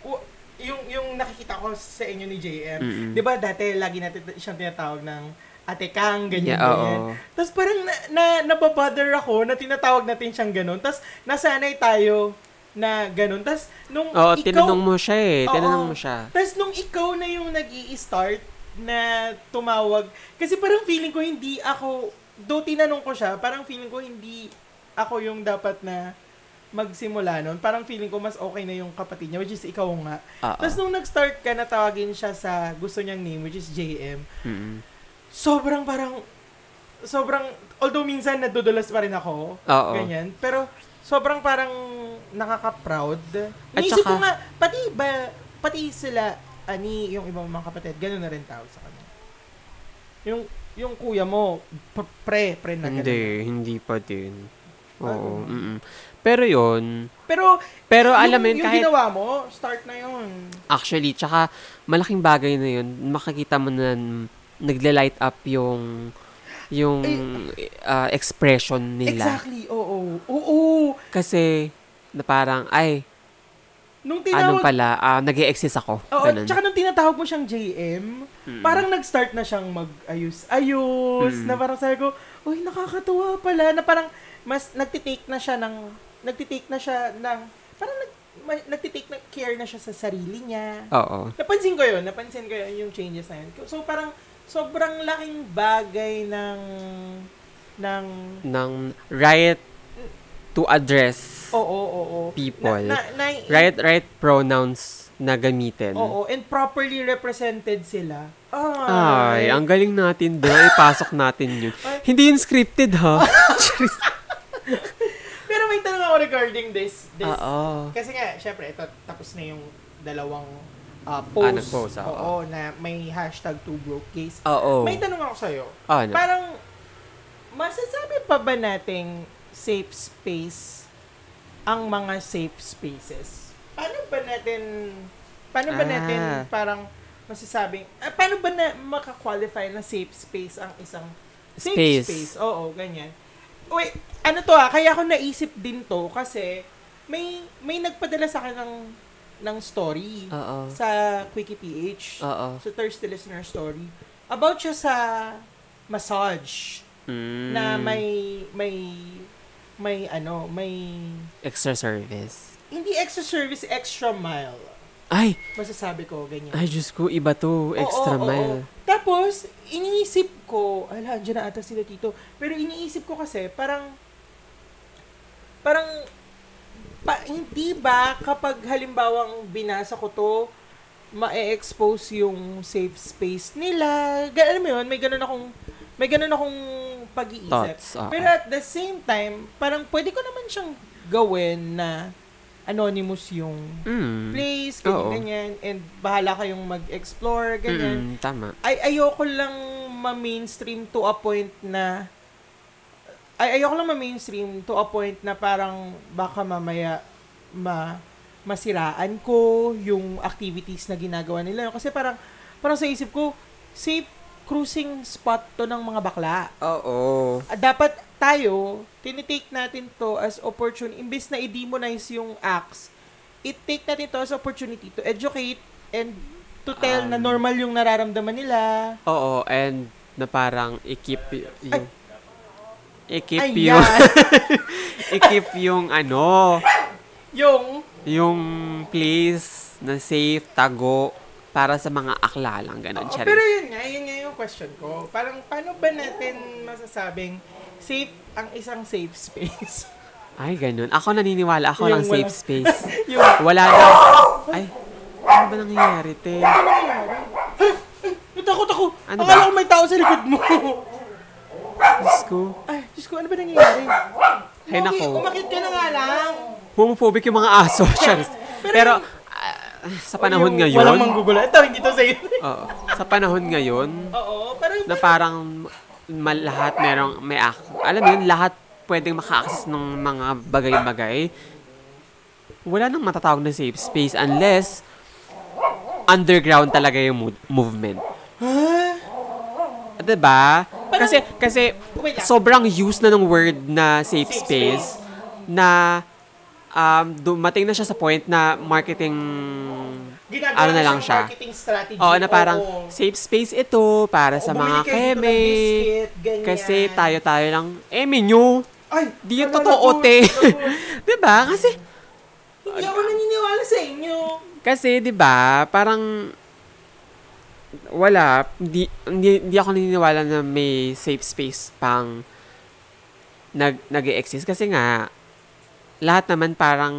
[SPEAKER 2] w- yung, yung nakikita ko sa inyo ni JM, di ba dati lagi natin siyang tinatawag ng ate Kang, ganyan,
[SPEAKER 1] Yeah,
[SPEAKER 2] ganyan.
[SPEAKER 1] oo.
[SPEAKER 2] Tapos parang na, na, nababother ako na tinatawag natin siyang ganun. Tapos nasanay tayo na ganun. Tapos nung
[SPEAKER 1] Oo,
[SPEAKER 2] ikaw-
[SPEAKER 1] tinanong mo siya eh. Tinanong
[SPEAKER 2] Oo.
[SPEAKER 1] mo siya.
[SPEAKER 2] tas nung ikaw na yung nag start na tumawag, kasi parang feeling ko hindi ako, do tinanong ko siya, parang feeling ko hindi ako yung dapat na magsimula nun. Parang feeling ko mas okay na yung kapatid niya, which is ikaw nga.
[SPEAKER 1] Oo.
[SPEAKER 2] Tapos nung nag-start ka, natawagin siya sa gusto niyang name, which is JM.
[SPEAKER 1] Mm-mm.
[SPEAKER 2] Sobrang parang, sobrang, although minsan nadudulas pa rin ako,
[SPEAKER 1] Oo.
[SPEAKER 2] ganyan, pero sobrang parang nakaka-proud.
[SPEAKER 1] At
[SPEAKER 2] Naisip ko
[SPEAKER 1] saka-
[SPEAKER 2] nga, pati ba, pati sila, ani, yung ibang mga kapatid, gano'n na rin tawag sa kanya. Yung, yung kuya mo, p- pre, pre na ganun.
[SPEAKER 1] Hindi, hindi pa din. Oo.
[SPEAKER 2] Ano?
[SPEAKER 1] mm-mm. Pero yun,
[SPEAKER 2] Pero,
[SPEAKER 1] pero
[SPEAKER 2] yung-
[SPEAKER 1] alam mo yun,
[SPEAKER 2] yung
[SPEAKER 1] kahit
[SPEAKER 2] ginawa mo, start na yun.
[SPEAKER 1] Actually, tsaka malaking bagay na yun. Makikita mo na n- nagle-light up yung yung uh, expression nila.
[SPEAKER 2] Exactly, oo. Oo,
[SPEAKER 1] Kasi na parang, ay,
[SPEAKER 2] Nung
[SPEAKER 1] ano
[SPEAKER 2] tinawag,
[SPEAKER 1] pala, ah, nag exist ako.
[SPEAKER 2] Oo,
[SPEAKER 1] Ganun.
[SPEAKER 2] tsaka nung tinatawag mo siyang JM, parang nag-start na siyang mag-ayos-ayos,
[SPEAKER 1] Mm.
[SPEAKER 2] na parang sabi ko, uy, nakakatuwa pala, na parang mas nagtitake na siya ng, nagtitake na siya ng, parang nag, ma- nagtitake na care na siya sa sarili niya.
[SPEAKER 1] Oo.
[SPEAKER 2] Napansin ko yun, napansin ko yun, yung changes na yun. So parang, sobrang laking bagay ng, ng,
[SPEAKER 1] Nang right to address
[SPEAKER 2] oo, oo, oo.
[SPEAKER 1] people.
[SPEAKER 2] Na, na, na-
[SPEAKER 1] right right pronouns na gamitin.
[SPEAKER 2] Oo, and properly represented sila.
[SPEAKER 1] Ay, ang galing natin doon. Ipasok natin yun.
[SPEAKER 2] Ay.
[SPEAKER 1] Hindi yun scripted, ha? Charis.
[SPEAKER 2] Pero may tanong ako regarding this. this
[SPEAKER 1] Ah, Oo.
[SPEAKER 2] Kasi nga, syempre, ito, tapos na yung dalawang ah,
[SPEAKER 1] Ah,
[SPEAKER 2] post.
[SPEAKER 1] nag-post, ah,
[SPEAKER 2] oo, na may hashtag two broke case.
[SPEAKER 1] Oo.
[SPEAKER 2] May tanong ako sa'yo.
[SPEAKER 1] Ano?
[SPEAKER 2] Parang, masasabi pa ba nating safe space ang mga safe spaces? Paano ba natin, paano ba
[SPEAKER 1] Ah.
[SPEAKER 2] natin parang masasabing, ah, paano ba na makakwalify na safe space ang isang safe
[SPEAKER 1] Space.
[SPEAKER 2] space? Oo, ganyan. Wait, ano to ah, kaya ako naisip din to kasi may may nagpadala sa akin ng ng story
[SPEAKER 1] Oo.
[SPEAKER 2] sa Quickie PH.
[SPEAKER 1] Oo.
[SPEAKER 2] So, Thirsty Listener Story. About siya sa massage
[SPEAKER 1] Mm.
[SPEAKER 2] na may, may, may ano, may,
[SPEAKER 1] Extra service.
[SPEAKER 2] hindi extra service, extra mile.
[SPEAKER 1] Ay!
[SPEAKER 2] Masasabi ko, ganyan.
[SPEAKER 1] Ay, Diyos ko, iba to. Extra
[SPEAKER 2] Oo, oo,
[SPEAKER 1] mile.
[SPEAKER 2] oo. Tapos, iniisip ko, ala, andyan na ata sila dito. Pero iniisip ko kasi, parang, parang, pa, hindi ba kapag halimbawang binasa ko to, ma-expose yung safe space nila. Ga- Alam mo yun, may ganun akong, may ganun akong pag-iisip.
[SPEAKER 1] Thoughts, Ah. oo.
[SPEAKER 2] Pero at the same time, parang pwede ko naman siyang gawin na anonymous yung
[SPEAKER 1] Mm.
[SPEAKER 2] place,
[SPEAKER 1] Oo.
[SPEAKER 2] ganyan, ganyan, and bahala kayong mag-explore, ganyan.
[SPEAKER 1] Mm, tama.
[SPEAKER 2] Ay, ayoko lang ma-mainstream to a point na, ay, ayoko lang ma-mainstream to a point na parang baka mamaya ma masiraan ko yung activities na ginagawa nila. Kasi parang, parang sa isip ko, safe cruising spot to ng mga bakla.
[SPEAKER 1] Oo.
[SPEAKER 2] Ah, dapat tayo, tinitake natin to as opportunity. Imbis na i-demonize yung acts, i-take natin to as opportunity to educate and to tell na
[SPEAKER 1] Um,
[SPEAKER 2] normal yung nararamdaman nila.
[SPEAKER 1] Oo, and na parang i-keep y- yung... I-keep
[SPEAKER 2] Ay,
[SPEAKER 1] yung...
[SPEAKER 2] yan.
[SPEAKER 1] i-keep yung ano,
[SPEAKER 2] yung, oh,
[SPEAKER 1] yung place na safe, tago, para sa mga akla lang. Ganon,
[SPEAKER 2] Oo,
[SPEAKER 1] Charis.
[SPEAKER 2] pero yun nga, yun nga yung question ko. Parang paano ba natin masasabing safe ang isang safe space?
[SPEAKER 1] Ay, ganun. Ako naniniwala. Ako
[SPEAKER 2] Yung
[SPEAKER 1] lang safe
[SPEAKER 2] wala-
[SPEAKER 1] space.
[SPEAKER 2] yung,
[SPEAKER 1] Wala na. Ay, ano ba nangyayari, te?
[SPEAKER 2] natakot ako.
[SPEAKER 1] Ano
[SPEAKER 2] Akala
[SPEAKER 1] ba?
[SPEAKER 2] ko may tao sa likod mo.
[SPEAKER 1] Diyos ko.
[SPEAKER 2] Ay, Diyos ko, ano ba nangyayari?
[SPEAKER 1] Ay,
[SPEAKER 2] Mogi,
[SPEAKER 1] nako.
[SPEAKER 2] Umakit ka na nga lang.
[SPEAKER 1] Homophobic yung mga aso, Charis. Pero, ah, sa panahon
[SPEAKER 2] Yung
[SPEAKER 1] ngayon...
[SPEAKER 2] Walang manggugulo. Ito, hindi to sa'yo.
[SPEAKER 1] Oo. sa panahon ngayon,
[SPEAKER 2] Oo, pero yung
[SPEAKER 1] na parang ma- lahat merong may ac- alam mo yun lahat pwedeng maka-access ng mga bagay-bagay wala nang matatawag na safe space unless underground talaga yung mo- movement. Huh? 'Di ba? Kasi kasi
[SPEAKER 2] Wait lang.
[SPEAKER 1] sobrang used na ng word na safe,
[SPEAKER 2] Safe
[SPEAKER 1] space, na um, dumating na siya sa point na marketing
[SPEAKER 2] ginagawa
[SPEAKER 1] ano na lang
[SPEAKER 2] siyang
[SPEAKER 1] siya.
[SPEAKER 2] marketing strategy.
[SPEAKER 1] Oo, na parang
[SPEAKER 2] oo.
[SPEAKER 1] safe space ito para sa
[SPEAKER 2] O,
[SPEAKER 1] mga
[SPEAKER 2] bumili kayo dito ng
[SPEAKER 1] keme.
[SPEAKER 2] biscuit, ganyan.
[SPEAKER 1] Kasi tayo-tayo lang. Eh, menu.
[SPEAKER 2] Ay,
[SPEAKER 1] Di yung
[SPEAKER 2] ano,
[SPEAKER 1] totoo,
[SPEAKER 2] naku,
[SPEAKER 1] te.
[SPEAKER 2] naku.
[SPEAKER 1] diba? Kasi,
[SPEAKER 2] Hindi ako naniniwala sa inyo.
[SPEAKER 1] kasi, diba, parang, wala, hindi, hindi, hindi ako naniniwala na may safe space pang nag, nag-exist. Kasi nga, lahat naman parang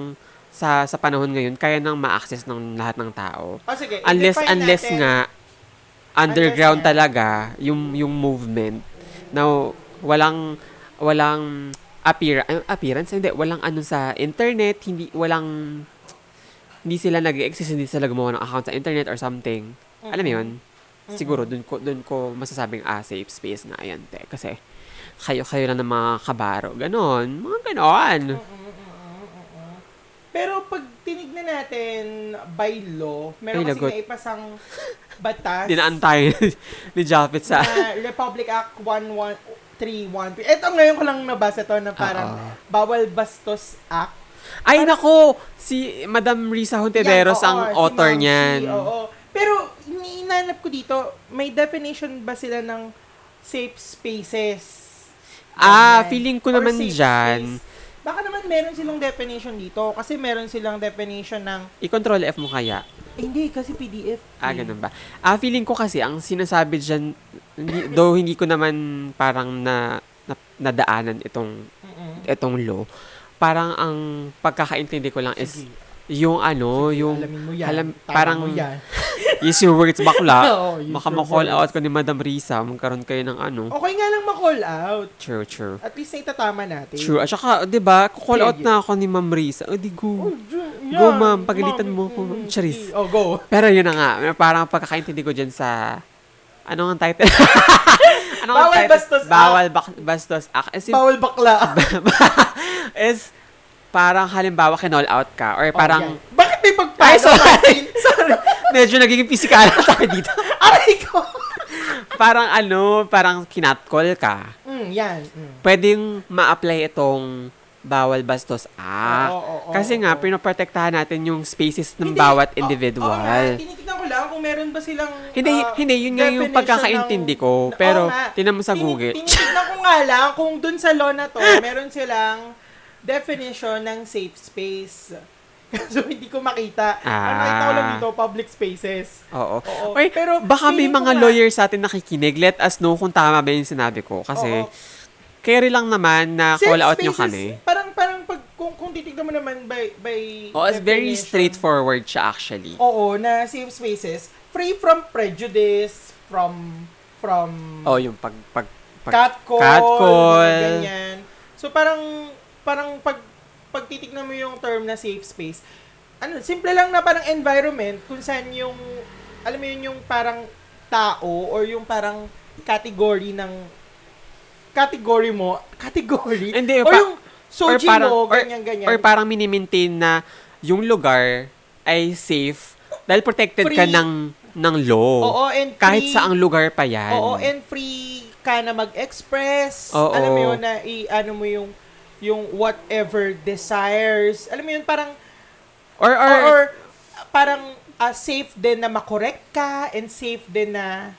[SPEAKER 1] sa sa panahon ngayon, kaya nang ma-access ng lahat ng tao.
[SPEAKER 2] O, Ah, sige,
[SPEAKER 1] unless
[SPEAKER 2] i-define
[SPEAKER 1] unless
[SPEAKER 2] natin.
[SPEAKER 1] nga underground
[SPEAKER 2] Unless nga.
[SPEAKER 1] talaga yung yung movement na walang walang appear, ay, appearance hindi walang ano sa internet hindi walang hindi sila nag-exist hindi sila gumawa ng account sa internet or something alam mo yun siguro dun ko dun ko masasabing ah safe space nga yan te kasi kayo kayo lang ng mga kabaro ganon mga ganon
[SPEAKER 2] Pero pag tinignan natin by law, meron
[SPEAKER 1] Ay,
[SPEAKER 2] kasi
[SPEAKER 1] lagot.
[SPEAKER 2] naipasang batas
[SPEAKER 1] dinaan tayo ni Japheth sa
[SPEAKER 2] na Republic Act 11313. Ito ngayon ko lang nabasa to na parang
[SPEAKER 1] Oo.
[SPEAKER 2] bawal bastos act.
[SPEAKER 1] Ay, nako! Si Madam Risa Hontiveros
[SPEAKER 2] Yan,
[SPEAKER 1] ang
[SPEAKER 2] oo, si
[SPEAKER 1] author
[SPEAKER 2] Ma'am Chi,
[SPEAKER 1] niyan.
[SPEAKER 2] oo. Pero, iniinanap ko dito, may definition ba sila ng safe spaces?
[SPEAKER 1] Ah,
[SPEAKER 2] Ganyan.
[SPEAKER 1] feeling ko
[SPEAKER 2] Or
[SPEAKER 1] naman
[SPEAKER 2] safe
[SPEAKER 1] dyan.
[SPEAKER 2] space. Baka naman meron silang definition dito kasi meron silang definition ng,
[SPEAKER 1] I-control F mo kaya.
[SPEAKER 2] eh, hindi, kasi PDF.
[SPEAKER 1] Ah,
[SPEAKER 2] eh.
[SPEAKER 1] ganun ba? Ah, feeling ko kasi, ang sinasabi dyan, hindi, though hindi ko naman parang na, na nadaanan itong,
[SPEAKER 2] Mm-mm.
[SPEAKER 1] itong law, parang ang pagkakaintindi ko lang is, yung ano, yung,
[SPEAKER 2] alamin mo yan.
[SPEAKER 1] alam-
[SPEAKER 2] Tama
[SPEAKER 1] parang,
[SPEAKER 2] mo yan. Oh,
[SPEAKER 1] use your words bakla.
[SPEAKER 2] Oo, use
[SPEAKER 1] Baka
[SPEAKER 2] your
[SPEAKER 1] ma-call
[SPEAKER 2] voice.
[SPEAKER 1] out ko ni Madam Risa, magkaroon kayo ng ano.
[SPEAKER 2] Okay nga lang ma-call out.
[SPEAKER 1] True, true.
[SPEAKER 2] At least na itatama natin.
[SPEAKER 1] True. At saka, di ba, call out
[SPEAKER 2] Sige.
[SPEAKER 1] na ako ni Ma'am Risa. O, di
[SPEAKER 2] Oh,
[SPEAKER 1] go.
[SPEAKER 2] dyan-
[SPEAKER 1] Go,
[SPEAKER 2] yan.
[SPEAKER 1] ma'am. Pagalitan
[SPEAKER 2] Ma'am,
[SPEAKER 1] mo ako,
[SPEAKER 2] mm,
[SPEAKER 1] Charis.
[SPEAKER 2] sige. Oh, go.
[SPEAKER 1] Pero yun na nga, parang pagkakaintindi ko dyan sa... Ano ang title? ano ang
[SPEAKER 2] Bawal
[SPEAKER 1] title?
[SPEAKER 2] bastos act.
[SPEAKER 1] Bawal bak- bastos act. As in,
[SPEAKER 2] Bawal bakla.
[SPEAKER 1] is parang halimbawa kinall out ka
[SPEAKER 2] Oh,
[SPEAKER 1] or Oh, parang...
[SPEAKER 2] yan. Bakit may pagpalo?
[SPEAKER 1] Ay, sorry! sorry! Medyo nagiging physical na tayo dito.
[SPEAKER 2] Aray ko!
[SPEAKER 1] parang ano, parang kinat call ka.
[SPEAKER 2] Mm, yan. Mm.
[SPEAKER 1] Pwedeng ma-apply itong bawal bastos act.
[SPEAKER 2] Oo, oo, oo,
[SPEAKER 1] Kasi nga,
[SPEAKER 2] oo.
[SPEAKER 1] pinoprotektahan natin yung spaces ng
[SPEAKER 2] Hindi.
[SPEAKER 1] bawat
[SPEAKER 2] Oo,
[SPEAKER 1] individual.
[SPEAKER 2] oo Oh, nga, tinitignan ko lang kung meron ba silang
[SPEAKER 1] Hindi,
[SPEAKER 2] ah,
[SPEAKER 1] hindi, yun nga yung
[SPEAKER 2] definition
[SPEAKER 1] pagkakaintindi
[SPEAKER 2] ng-
[SPEAKER 1] ko.
[SPEAKER 2] Oo
[SPEAKER 1] Pero,
[SPEAKER 2] nga.
[SPEAKER 1] tinan mo sa
[SPEAKER 2] Tini-
[SPEAKER 1] Google.
[SPEAKER 2] Tinitignan ko nga lang kung dun sa law na to, meron silang definition ng safe space. Kaso hindi ko makita. Ang
[SPEAKER 1] Ah.
[SPEAKER 2] nakita ko lang dito, public spaces.
[SPEAKER 1] Oo.
[SPEAKER 2] Oo.
[SPEAKER 1] Or,
[SPEAKER 2] Pero,
[SPEAKER 1] baka may
[SPEAKER 2] feeling ko
[SPEAKER 1] mga
[SPEAKER 2] nga-
[SPEAKER 1] lawyers sa atin nakikinig. Let us know kung tama ba yung sinabi ko. Kasi,
[SPEAKER 2] Oo.
[SPEAKER 1] carry lang naman na
[SPEAKER 2] Safe
[SPEAKER 1] Ah, call out nyo
[SPEAKER 2] spaces,
[SPEAKER 1] kami.
[SPEAKER 2] Parang, parang pag, kung, kung titignan mo naman by, by
[SPEAKER 1] Oo, Oh, it's very
[SPEAKER 2] definition,
[SPEAKER 1] straightforward siya actually.
[SPEAKER 2] Oo, na safe spaces, free from prejudice, from, from,
[SPEAKER 1] Oo, yung pag, pag, Oh, pag
[SPEAKER 2] catcall,
[SPEAKER 1] catcall.
[SPEAKER 2] mga ganyan. So parang parang pag pagtitignan mo yung term na safe space, ano, simple lang na parang environment kung saan yung alam mo yun yung parang tao or yung parang category ng category mo, category.
[SPEAKER 1] Hindi,
[SPEAKER 2] or
[SPEAKER 1] pa-
[SPEAKER 2] yung soji mo, ganyan, ganyan.
[SPEAKER 1] Or parang minimaintain na yung lugar ay safe dahil protected ka
[SPEAKER 2] Free.
[SPEAKER 1] ng, ng law.
[SPEAKER 2] oo, and
[SPEAKER 1] Kahit
[SPEAKER 2] free-
[SPEAKER 1] sa ang lugar pa yan.
[SPEAKER 2] Oo, and free ka na mag-express.
[SPEAKER 1] Oo.
[SPEAKER 2] Alam mo yun na i-ano mo yung yung whatever desires. Alam mo yun parang
[SPEAKER 1] or, or,
[SPEAKER 2] or, parang ah, safe din na makorek ka and safe din na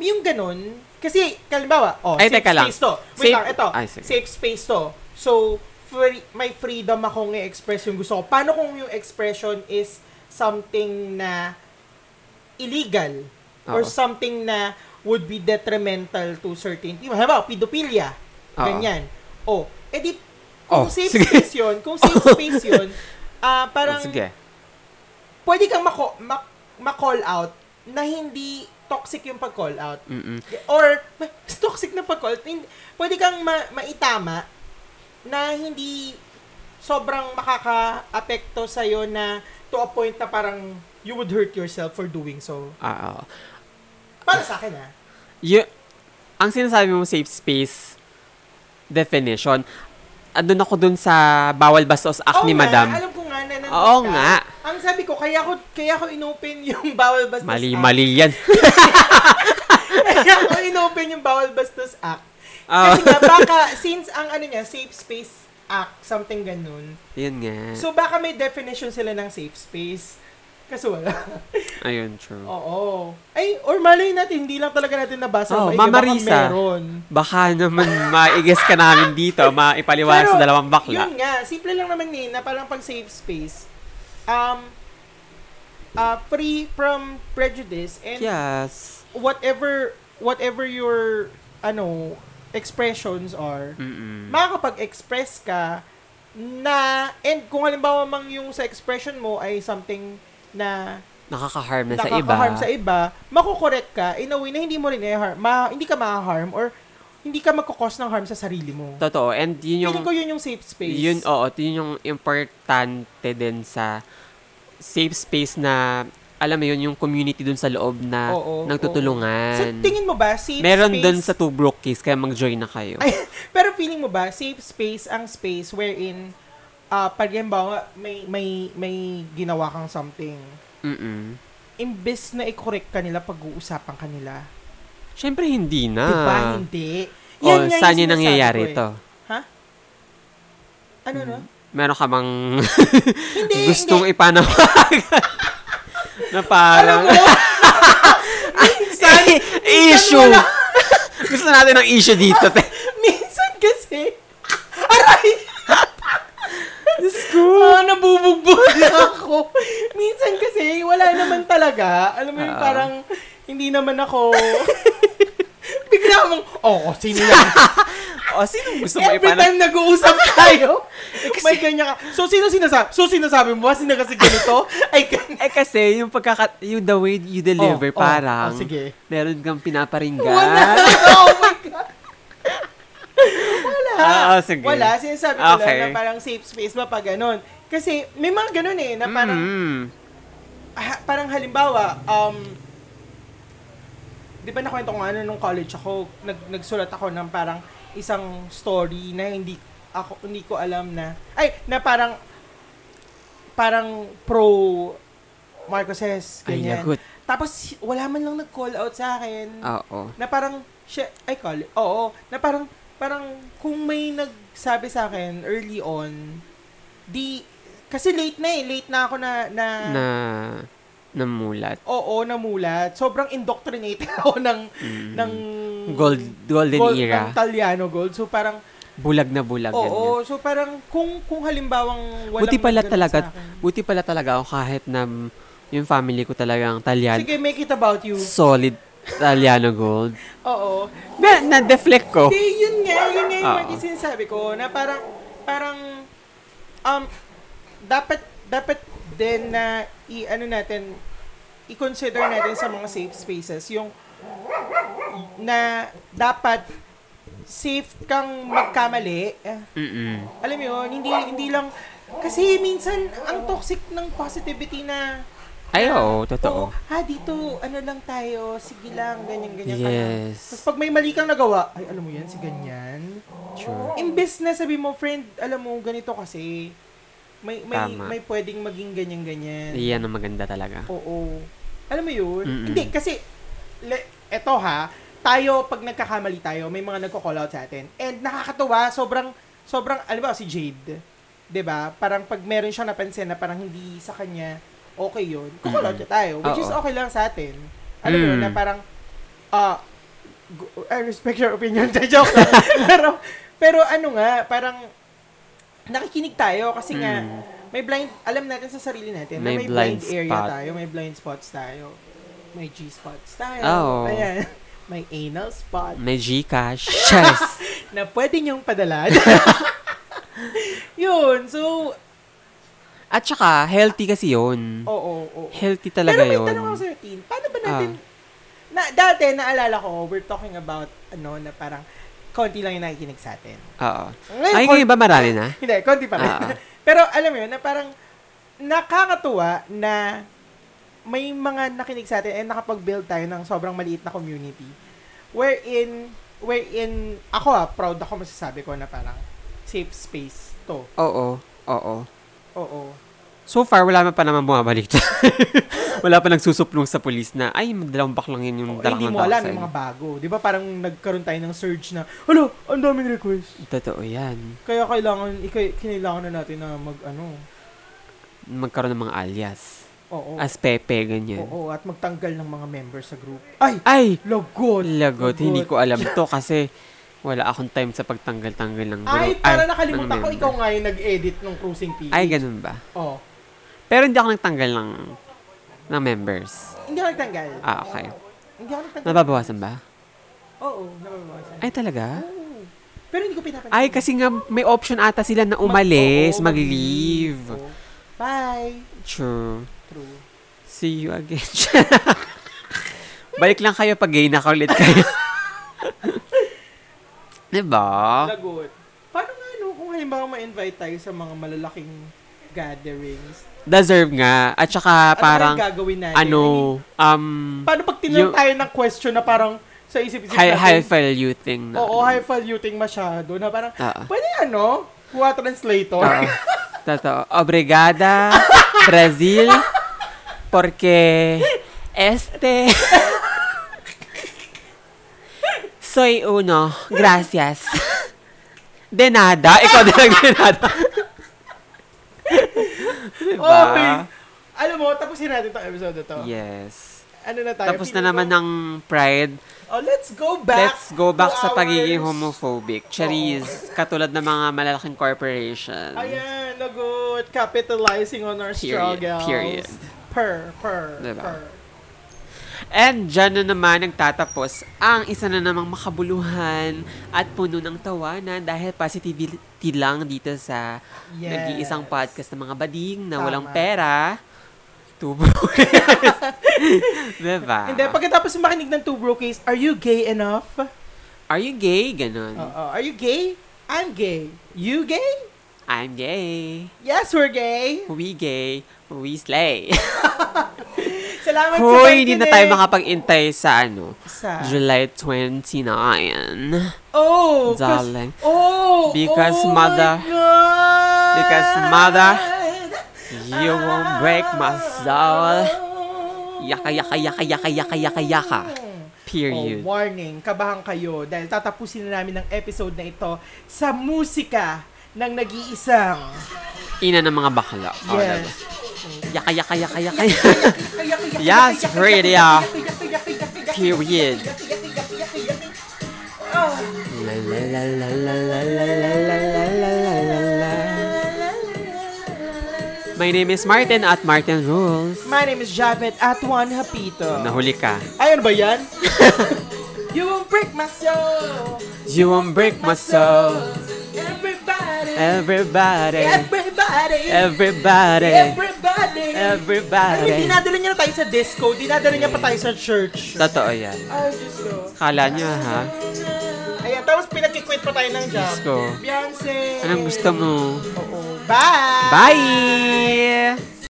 [SPEAKER 2] yung ganun. Kasi, kalimbawa, oh,
[SPEAKER 1] Ay,
[SPEAKER 2] safe
[SPEAKER 1] teka lang.
[SPEAKER 2] space to. Wait
[SPEAKER 1] Safe-
[SPEAKER 2] lang, ito.
[SPEAKER 1] Ay, sige.
[SPEAKER 2] safe space to. So, free, may freedom akong i-express yung gusto ko. Paano kung yung expression is something na illegal or
[SPEAKER 1] Oo.
[SPEAKER 2] something na would be detrimental to certain people. Halimbawa, pedophilia.
[SPEAKER 1] Oo.
[SPEAKER 2] Ganyan. Oh, edi, kung
[SPEAKER 1] Oh,
[SPEAKER 2] safe
[SPEAKER 1] sige. Oh,
[SPEAKER 2] space yun, kung safe space yun, ah, parang
[SPEAKER 1] sige.
[SPEAKER 2] pwede kang mako, mak, ma-call out na hindi toxic yung pag-call out.
[SPEAKER 1] Mm-mm.
[SPEAKER 2] Or, mas toxic na pag-call out, hindi- pwede kang ma- maitama na hindi sobrang makaka-apekto sa'yo na to a point na parang you would hurt yourself for doing so.
[SPEAKER 1] Ah, oo.
[SPEAKER 2] Para sa akin, ah. ha?
[SPEAKER 1] Yu- ang sinasabi mo safe space definition, andun ako dun sa bawal bastos act
[SPEAKER 2] Oo
[SPEAKER 1] ni
[SPEAKER 2] nga,
[SPEAKER 1] madam.
[SPEAKER 2] Oh, Alam ko nga na nandun
[SPEAKER 1] Oo
[SPEAKER 2] ka.
[SPEAKER 1] nga.
[SPEAKER 2] Ang sabi ko, kaya ko, kaya ko inopen yung bawal bastos
[SPEAKER 1] Mali,
[SPEAKER 2] act.
[SPEAKER 1] mali yan.
[SPEAKER 2] Kaya ako inopen yung bawal bastos act.
[SPEAKER 1] Ah.
[SPEAKER 2] Kasi nga, baka, since ang ano niya, safe space act, something ganun.
[SPEAKER 1] Yun nga.
[SPEAKER 2] So, baka may definition sila ng safe space. Kaso wala.
[SPEAKER 1] Ayun, true.
[SPEAKER 2] Oo. Ay, or malay natin, hindi lang talaga natin nabasa. eh,
[SPEAKER 1] Oh,
[SPEAKER 2] Maigi,
[SPEAKER 1] Mama
[SPEAKER 2] baka
[SPEAKER 1] Risa.
[SPEAKER 2] Meron.
[SPEAKER 1] Baka naman maigis ka namin dito, maipaliwanag
[SPEAKER 2] Pero,
[SPEAKER 1] sa dalawang bakla.
[SPEAKER 2] Yun nga, simple lang naman eh, na parang pag safe space, um, uh, free from prejudice and
[SPEAKER 1] Yes.
[SPEAKER 2] whatever whatever your ano expressions are,
[SPEAKER 1] Mm-mm.
[SPEAKER 2] makakapag-express ka na and kung halimbawa mang yung sa expression mo ay something na
[SPEAKER 1] Nakaka-harm na sa iba.
[SPEAKER 2] nakaka-harm sa iba, makokorek ka in a way na hindi mo rin i-harm, ma, hindi ka ma-harm or hindi ka magkakos ng harm sa sarili mo.
[SPEAKER 1] Totoo. And yun yung,
[SPEAKER 2] Feeling ko yun yung safe space.
[SPEAKER 1] yun, oh, oo, yun yung importante din sa safe space na, alam mo yun, yung community dun sa loob na
[SPEAKER 2] Oo, Sa
[SPEAKER 1] nagtutulungan.
[SPEAKER 2] tingin mo ba, safe
[SPEAKER 1] Meron
[SPEAKER 2] space?
[SPEAKER 1] dun sa Two Broke Kiss, kaya mag-join na kayo.
[SPEAKER 2] Ay, pero feeling mo ba, safe space ang space wherein, ah pag halimbawa, may, may, may ginawa kang something,
[SPEAKER 1] Mm-mm.
[SPEAKER 2] imbes na i-correct ka nila, pag-uusapan ka nila.
[SPEAKER 1] Siyempre, hindi na.
[SPEAKER 2] Diba? Hindi.
[SPEAKER 1] O,
[SPEAKER 2] nga yung
[SPEAKER 1] Ah. Oh, saan yun
[SPEAKER 2] sinasabi ko
[SPEAKER 1] nangyayari
[SPEAKER 2] eh.
[SPEAKER 1] to? Hmm.
[SPEAKER 2] Ha? Ano no?
[SPEAKER 1] Meron ka bang
[SPEAKER 2] Hindi,
[SPEAKER 1] gustong
[SPEAKER 2] hindi.
[SPEAKER 1] ipanawagan? na
[SPEAKER 2] Alam
[SPEAKER 1] parang...
[SPEAKER 2] mo,
[SPEAKER 1] Saan? issue! Gusto natin ng issue dito. te.
[SPEAKER 2] minsan kasi, aray! Diyos ko! Ah, nabubugbog ako. Minsan kasi, wala naman talaga. Alam mo yung
[SPEAKER 1] Oo.
[SPEAKER 2] parang, hindi naman ako. Bigla akong, oo, oh, sino yan? Oh,
[SPEAKER 1] o, sino gusto mo
[SPEAKER 2] Every
[SPEAKER 1] ipanawagan?
[SPEAKER 2] time nag-uusap tayo, may ganyan ka. So, sino sinasabi? So, sinasabi mo ba? Sino kasi ganito? Ay, ganyan.
[SPEAKER 1] Eh kasi yung pagkaka yung the way you deliver
[SPEAKER 2] Oh, oh,
[SPEAKER 1] parang
[SPEAKER 2] oh, sige.
[SPEAKER 1] meron kang pinaparinggan.
[SPEAKER 2] Wala. Oh my God. Wala.
[SPEAKER 1] Ah, ah, sige.
[SPEAKER 2] Wala. Sinasabi ko
[SPEAKER 1] Okay.
[SPEAKER 2] lang na parang safe space ba pag ganun. Kasi may mga ganun eh, na parang,
[SPEAKER 1] Mm.
[SPEAKER 2] ha- parang halimbawa, um, di ba nakwento ko nga ano nung college ako, nag, nagsulat ako ng parang isang story na hindi ako hindi ko alam na ay na parang parang pro Marcoses
[SPEAKER 1] Ay,
[SPEAKER 2] ganyan.
[SPEAKER 1] lagot.
[SPEAKER 2] Tapos wala man lang nag-call out sa akin
[SPEAKER 1] Oo.
[SPEAKER 2] na parang siya, ay call, oo, na parang parang kung may nagsabi sa akin early on, di, kasi late na eh, late na ako na, na,
[SPEAKER 1] na namulat.
[SPEAKER 2] oo, namulat. Sobrang indoctrinated ako ng, ng,
[SPEAKER 1] Gold, Mm. golden
[SPEAKER 2] gold,
[SPEAKER 1] era.
[SPEAKER 2] ng Taliano gold. So parang,
[SPEAKER 1] bulag na bulag.
[SPEAKER 2] oo,
[SPEAKER 1] ganyan.
[SPEAKER 2] so parang kung, kung halimbawang walang
[SPEAKER 1] Buti pala
[SPEAKER 2] ganun
[SPEAKER 1] talaga,
[SPEAKER 2] sa akin.
[SPEAKER 1] buti pala talaga ako kahit na mm, yung family ko talagang Italian,
[SPEAKER 2] Sige, make it about you.
[SPEAKER 1] solid Italiano gold.
[SPEAKER 2] Oo.
[SPEAKER 1] Na, na-deflect ko.
[SPEAKER 2] Hindi, yun nga, yun nga yung
[SPEAKER 1] Oo.
[SPEAKER 2] maging sinasabi ko, na parang, parang, um, dapat, dapat din na, i, ano natin, i-consider natin sa mga safe spaces, yung, na, dapat, safe kang magkamali, eh,
[SPEAKER 1] Mm-mm.
[SPEAKER 2] alam mo yun, hindi, hindi lang, kasi minsan, ang toxic ng positivity na,
[SPEAKER 1] Ay,
[SPEAKER 2] oh,
[SPEAKER 1] oo, totoo.
[SPEAKER 2] ha, dito, ano lang tayo, sige lang, ganyan, ganyan. parang- Tapos
[SPEAKER 1] Yes.
[SPEAKER 2] pag may mali kang nagawa, ay, alam mo yan, si ganyan,
[SPEAKER 1] Sure.
[SPEAKER 2] imbes na sabi mo, friend, alam mo, ganito kasi, may may,
[SPEAKER 1] Tama.
[SPEAKER 2] may pwedeng maging ganyan-ganyan.
[SPEAKER 1] Iyan ang maganda talaga.
[SPEAKER 2] Oo. Alam mo yun?
[SPEAKER 1] Mm-mm.
[SPEAKER 2] Hindi, kasi, le, eto ha, tayo, pag nagkakamali tayo, may mga nagko-call out sa atin. And nakakatuwa, sobrang, sobrang, alam mo, si Jade, 'di ba Parang pag meron siya napansin na parang hindi sa kanya, okay yun, kukull out niya tayo. Which is
[SPEAKER 1] Oo.
[SPEAKER 2] okay lang sa atin. Alam mo yun,
[SPEAKER 1] Mm.
[SPEAKER 2] na parang, ah, gu- I respect your opinion, joke lang. pero, pero ano nga, parang, nakikinig tayo kasi nga,
[SPEAKER 1] Mm.
[SPEAKER 2] may blind, alam natin sa sarili natin, na may,
[SPEAKER 1] May
[SPEAKER 2] blind,
[SPEAKER 1] blind
[SPEAKER 2] area
[SPEAKER 1] spot.
[SPEAKER 2] tayo, may blind spots tayo, may G-spots tayo,
[SPEAKER 1] Oo.
[SPEAKER 2] ayan, may anal spot,
[SPEAKER 1] May Gcash. Yes.
[SPEAKER 2] na pwede niyong padala. Yun, so,
[SPEAKER 1] At saka, healthy kasi yun.
[SPEAKER 2] oo, oo. oo.
[SPEAKER 1] Healthy
[SPEAKER 2] Pero
[SPEAKER 1] talaga
[SPEAKER 2] may
[SPEAKER 1] yun. Ah.
[SPEAKER 2] tanong ako sa'yo, Tin. Paano ba natin, na, dati, naalala ko, we're talking about, ano, na parang, konti lang yung nakikinig sa atin.
[SPEAKER 1] Oo.
[SPEAKER 2] Ngayon,
[SPEAKER 1] Ay,
[SPEAKER 2] kon-
[SPEAKER 1] ngayon ba marami na?
[SPEAKER 2] Hindi, konti pa rin.
[SPEAKER 1] Ah.
[SPEAKER 2] Pero alam mo yun, na parang nakakatuwa na may mga nakinig sa atin and nakapag-build tayo ng sobrang maliit na community wherein wherein ako ah, proud ako masasabi ko na parang safe space to.
[SPEAKER 1] Oo. Oo.
[SPEAKER 2] Oo.
[SPEAKER 1] So far, wala man pa naman bumabalik. wala pa nagsusuplong sa polis na, ay, dalawang baklang yun yung
[SPEAKER 2] Oo,
[SPEAKER 1] dalawang
[SPEAKER 2] hindi mo alam yung mga bago. Di ba parang nagkaroon tayo ng surge na, hello, ang daming request.
[SPEAKER 1] Totoo yan.
[SPEAKER 2] Kaya kailangan, ikay, kinailangan na natin na mag ano,
[SPEAKER 1] Magkaroon ng mga alias.
[SPEAKER 2] oo,
[SPEAKER 1] As Pepe, ganyan.
[SPEAKER 2] oo, at magtanggal ng mga members sa group. Ay,
[SPEAKER 1] Ay!
[SPEAKER 2] lagot!
[SPEAKER 1] Lagot, hindi ko alam to kasi wala akong time sa pagtanggal-tanggal ng
[SPEAKER 2] Ay,
[SPEAKER 1] group.
[SPEAKER 2] para
[SPEAKER 1] ng
[SPEAKER 2] nakalimutan ko,
[SPEAKER 1] member.
[SPEAKER 2] ikaw nga yung nag-edit ng Cruising Oh. PH.
[SPEAKER 1] Ay, ganun ba?
[SPEAKER 2] Oo.
[SPEAKER 1] Pero hindi ako nagtanggal ng, ng members.
[SPEAKER 2] Hindi ako nagtanggal.
[SPEAKER 1] Ah, okay.
[SPEAKER 2] Hindi ako nagtanggal.
[SPEAKER 1] Nababawasan ba?
[SPEAKER 2] Oo, nababawasan.
[SPEAKER 1] Ay, talaga?
[SPEAKER 2] Oo. Pero hindi ko pinapansin.
[SPEAKER 1] Ay, kasi nga may option ata sila na
[SPEAKER 2] Oo,
[SPEAKER 1] umalis, mag-leave.
[SPEAKER 2] Oo. Bye.
[SPEAKER 1] True.
[SPEAKER 2] True.
[SPEAKER 1] See you again. Balik lang kayo pag gay na ulit kayo. diba?
[SPEAKER 2] Lagot. Paano nga, no, kung halimbawa ma-invite tayo sa mga malalaking gatherings?
[SPEAKER 1] Deserve nga. At saka parang,
[SPEAKER 2] ano kaya gagawin natin?
[SPEAKER 1] ano, um,
[SPEAKER 2] I mean, paano pag tinanong
[SPEAKER 1] yung-
[SPEAKER 2] tayo ng question na parang sa isip-isip
[SPEAKER 1] high, high
[SPEAKER 2] natin?
[SPEAKER 1] value thing. Na,
[SPEAKER 2] Oo, high faluting masyado na parang,
[SPEAKER 1] Ah.
[SPEAKER 2] pwede ano, kuha translator.
[SPEAKER 1] Oo. Totoo. Obrigada, Brazil, porque este... Soy uno. Gracias. De nada. Ikaw na lang de nada. diba?
[SPEAKER 2] Okay. Alam mo, tapusin natin itong episode na to.
[SPEAKER 1] Yes.
[SPEAKER 2] Ano na tayo?
[SPEAKER 1] Tapos na
[SPEAKER 2] Feeling
[SPEAKER 1] naman
[SPEAKER 2] ko-
[SPEAKER 1] ng pride.
[SPEAKER 2] Oh, let's go back.
[SPEAKER 1] Let's go back
[SPEAKER 2] to
[SPEAKER 1] sa
[SPEAKER 2] our-
[SPEAKER 1] pagiging homophobic. Charis, katulad ng mga malalaking corporation.
[SPEAKER 2] Oh. Ayan, no good. Capitalizing on our
[SPEAKER 1] Period,
[SPEAKER 2] struggles.
[SPEAKER 1] period.
[SPEAKER 2] Per, per,
[SPEAKER 1] Diba?
[SPEAKER 2] per.
[SPEAKER 1] And dyan na naman nagtatapos ang isa na namang makabuluhan at puno ng tawanan dahil positivity lang dito sa
[SPEAKER 2] Yes.
[SPEAKER 1] nag-iisang podcast ng mga bading na
[SPEAKER 2] Tama.
[SPEAKER 1] walang pera. Tubo. diba?
[SPEAKER 2] Hindi, pagkatapos makinig ng two bro case, are you gay enough?
[SPEAKER 1] Are you gay? Ganon.
[SPEAKER 2] Oo. Are you gay? I'm gay. You gay?
[SPEAKER 1] I'm gay.
[SPEAKER 2] Yes, we're gay.
[SPEAKER 1] We gay. We slay.
[SPEAKER 2] Salamat sa
[SPEAKER 1] Hoy, hindi na tayo
[SPEAKER 2] pakikinig.
[SPEAKER 1] makapag-intay sa ano.
[SPEAKER 2] Sa-
[SPEAKER 1] July 29.
[SPEAKER 2] Oh, 'cause-
[SPEAKER 1] Darling.
[SPEAKER 2] Oh,
[SPEAKER 1] Because
[SPEAKER 2] oh my
[SPEAKER 1] mother-
[SPEAKER 2] God.
[SPEAKER 1] because mother, You won't break my soul. Yaka, yaka, yaka, yaka, yaka, yaka, yaka. Period.
[SPEAKER 2] Oh, warning, kabahan kayo dahil tatapusin na namin ang episode na ito sa musika ng nag-iisang.
[SPEAKER 1] Ina ng mga bakla. Oh,
[SPEAKER 2] Yes.
[SPEAKER 1] diba? Yaka, yaka, yaka, yaka. Yes,
[SPEAKER 2] Yes,
[SPEAKER 1] radio. Period.
[SPEAKER 2] Oh.
[SPEAKER 1] La, la, la, la, la, la, la, la, la, la, la, la, la, la. My name is Martin at Martin Rules.
[SPEAKER 2] My name is Javet at Juan Hapito.
[SPEAKER 1] Nahuli ka.
[SPEAKER 2] Ayun ba yan? you won't break my soul.
[SPEAKER 1] You won't break my soul.
[SPEAKER 2] Everybody.
[SPEAKER 1] Everybody.
[SPEAKER 2] Everybody. Everybody.
[SPEAKER 1] Everybody.
[SPEAKER 2] Alam mo,
[SPEAKER 1] Everybody.
[SPEAKER 2] dinadala niya na tayo sa disco. Dinadala niya pa tayo sa church.
[SPEAKER 1] Totoo yan.
[SPEAKER 2] Ay, Diyos ko.
[SPEAKER 1] Kala niya ha?
[SPEAKER 2] Ayan, tapos pinagkikwit pa tayo ng job.
[SPEAKER 1] Diyos ko.
[SPEAKER 2] Beyonce.
[SPEAKER 1] Anong gusto mo?
[SPEAKER 2] Oo. Bye!
[SPEAKER 1] Bye!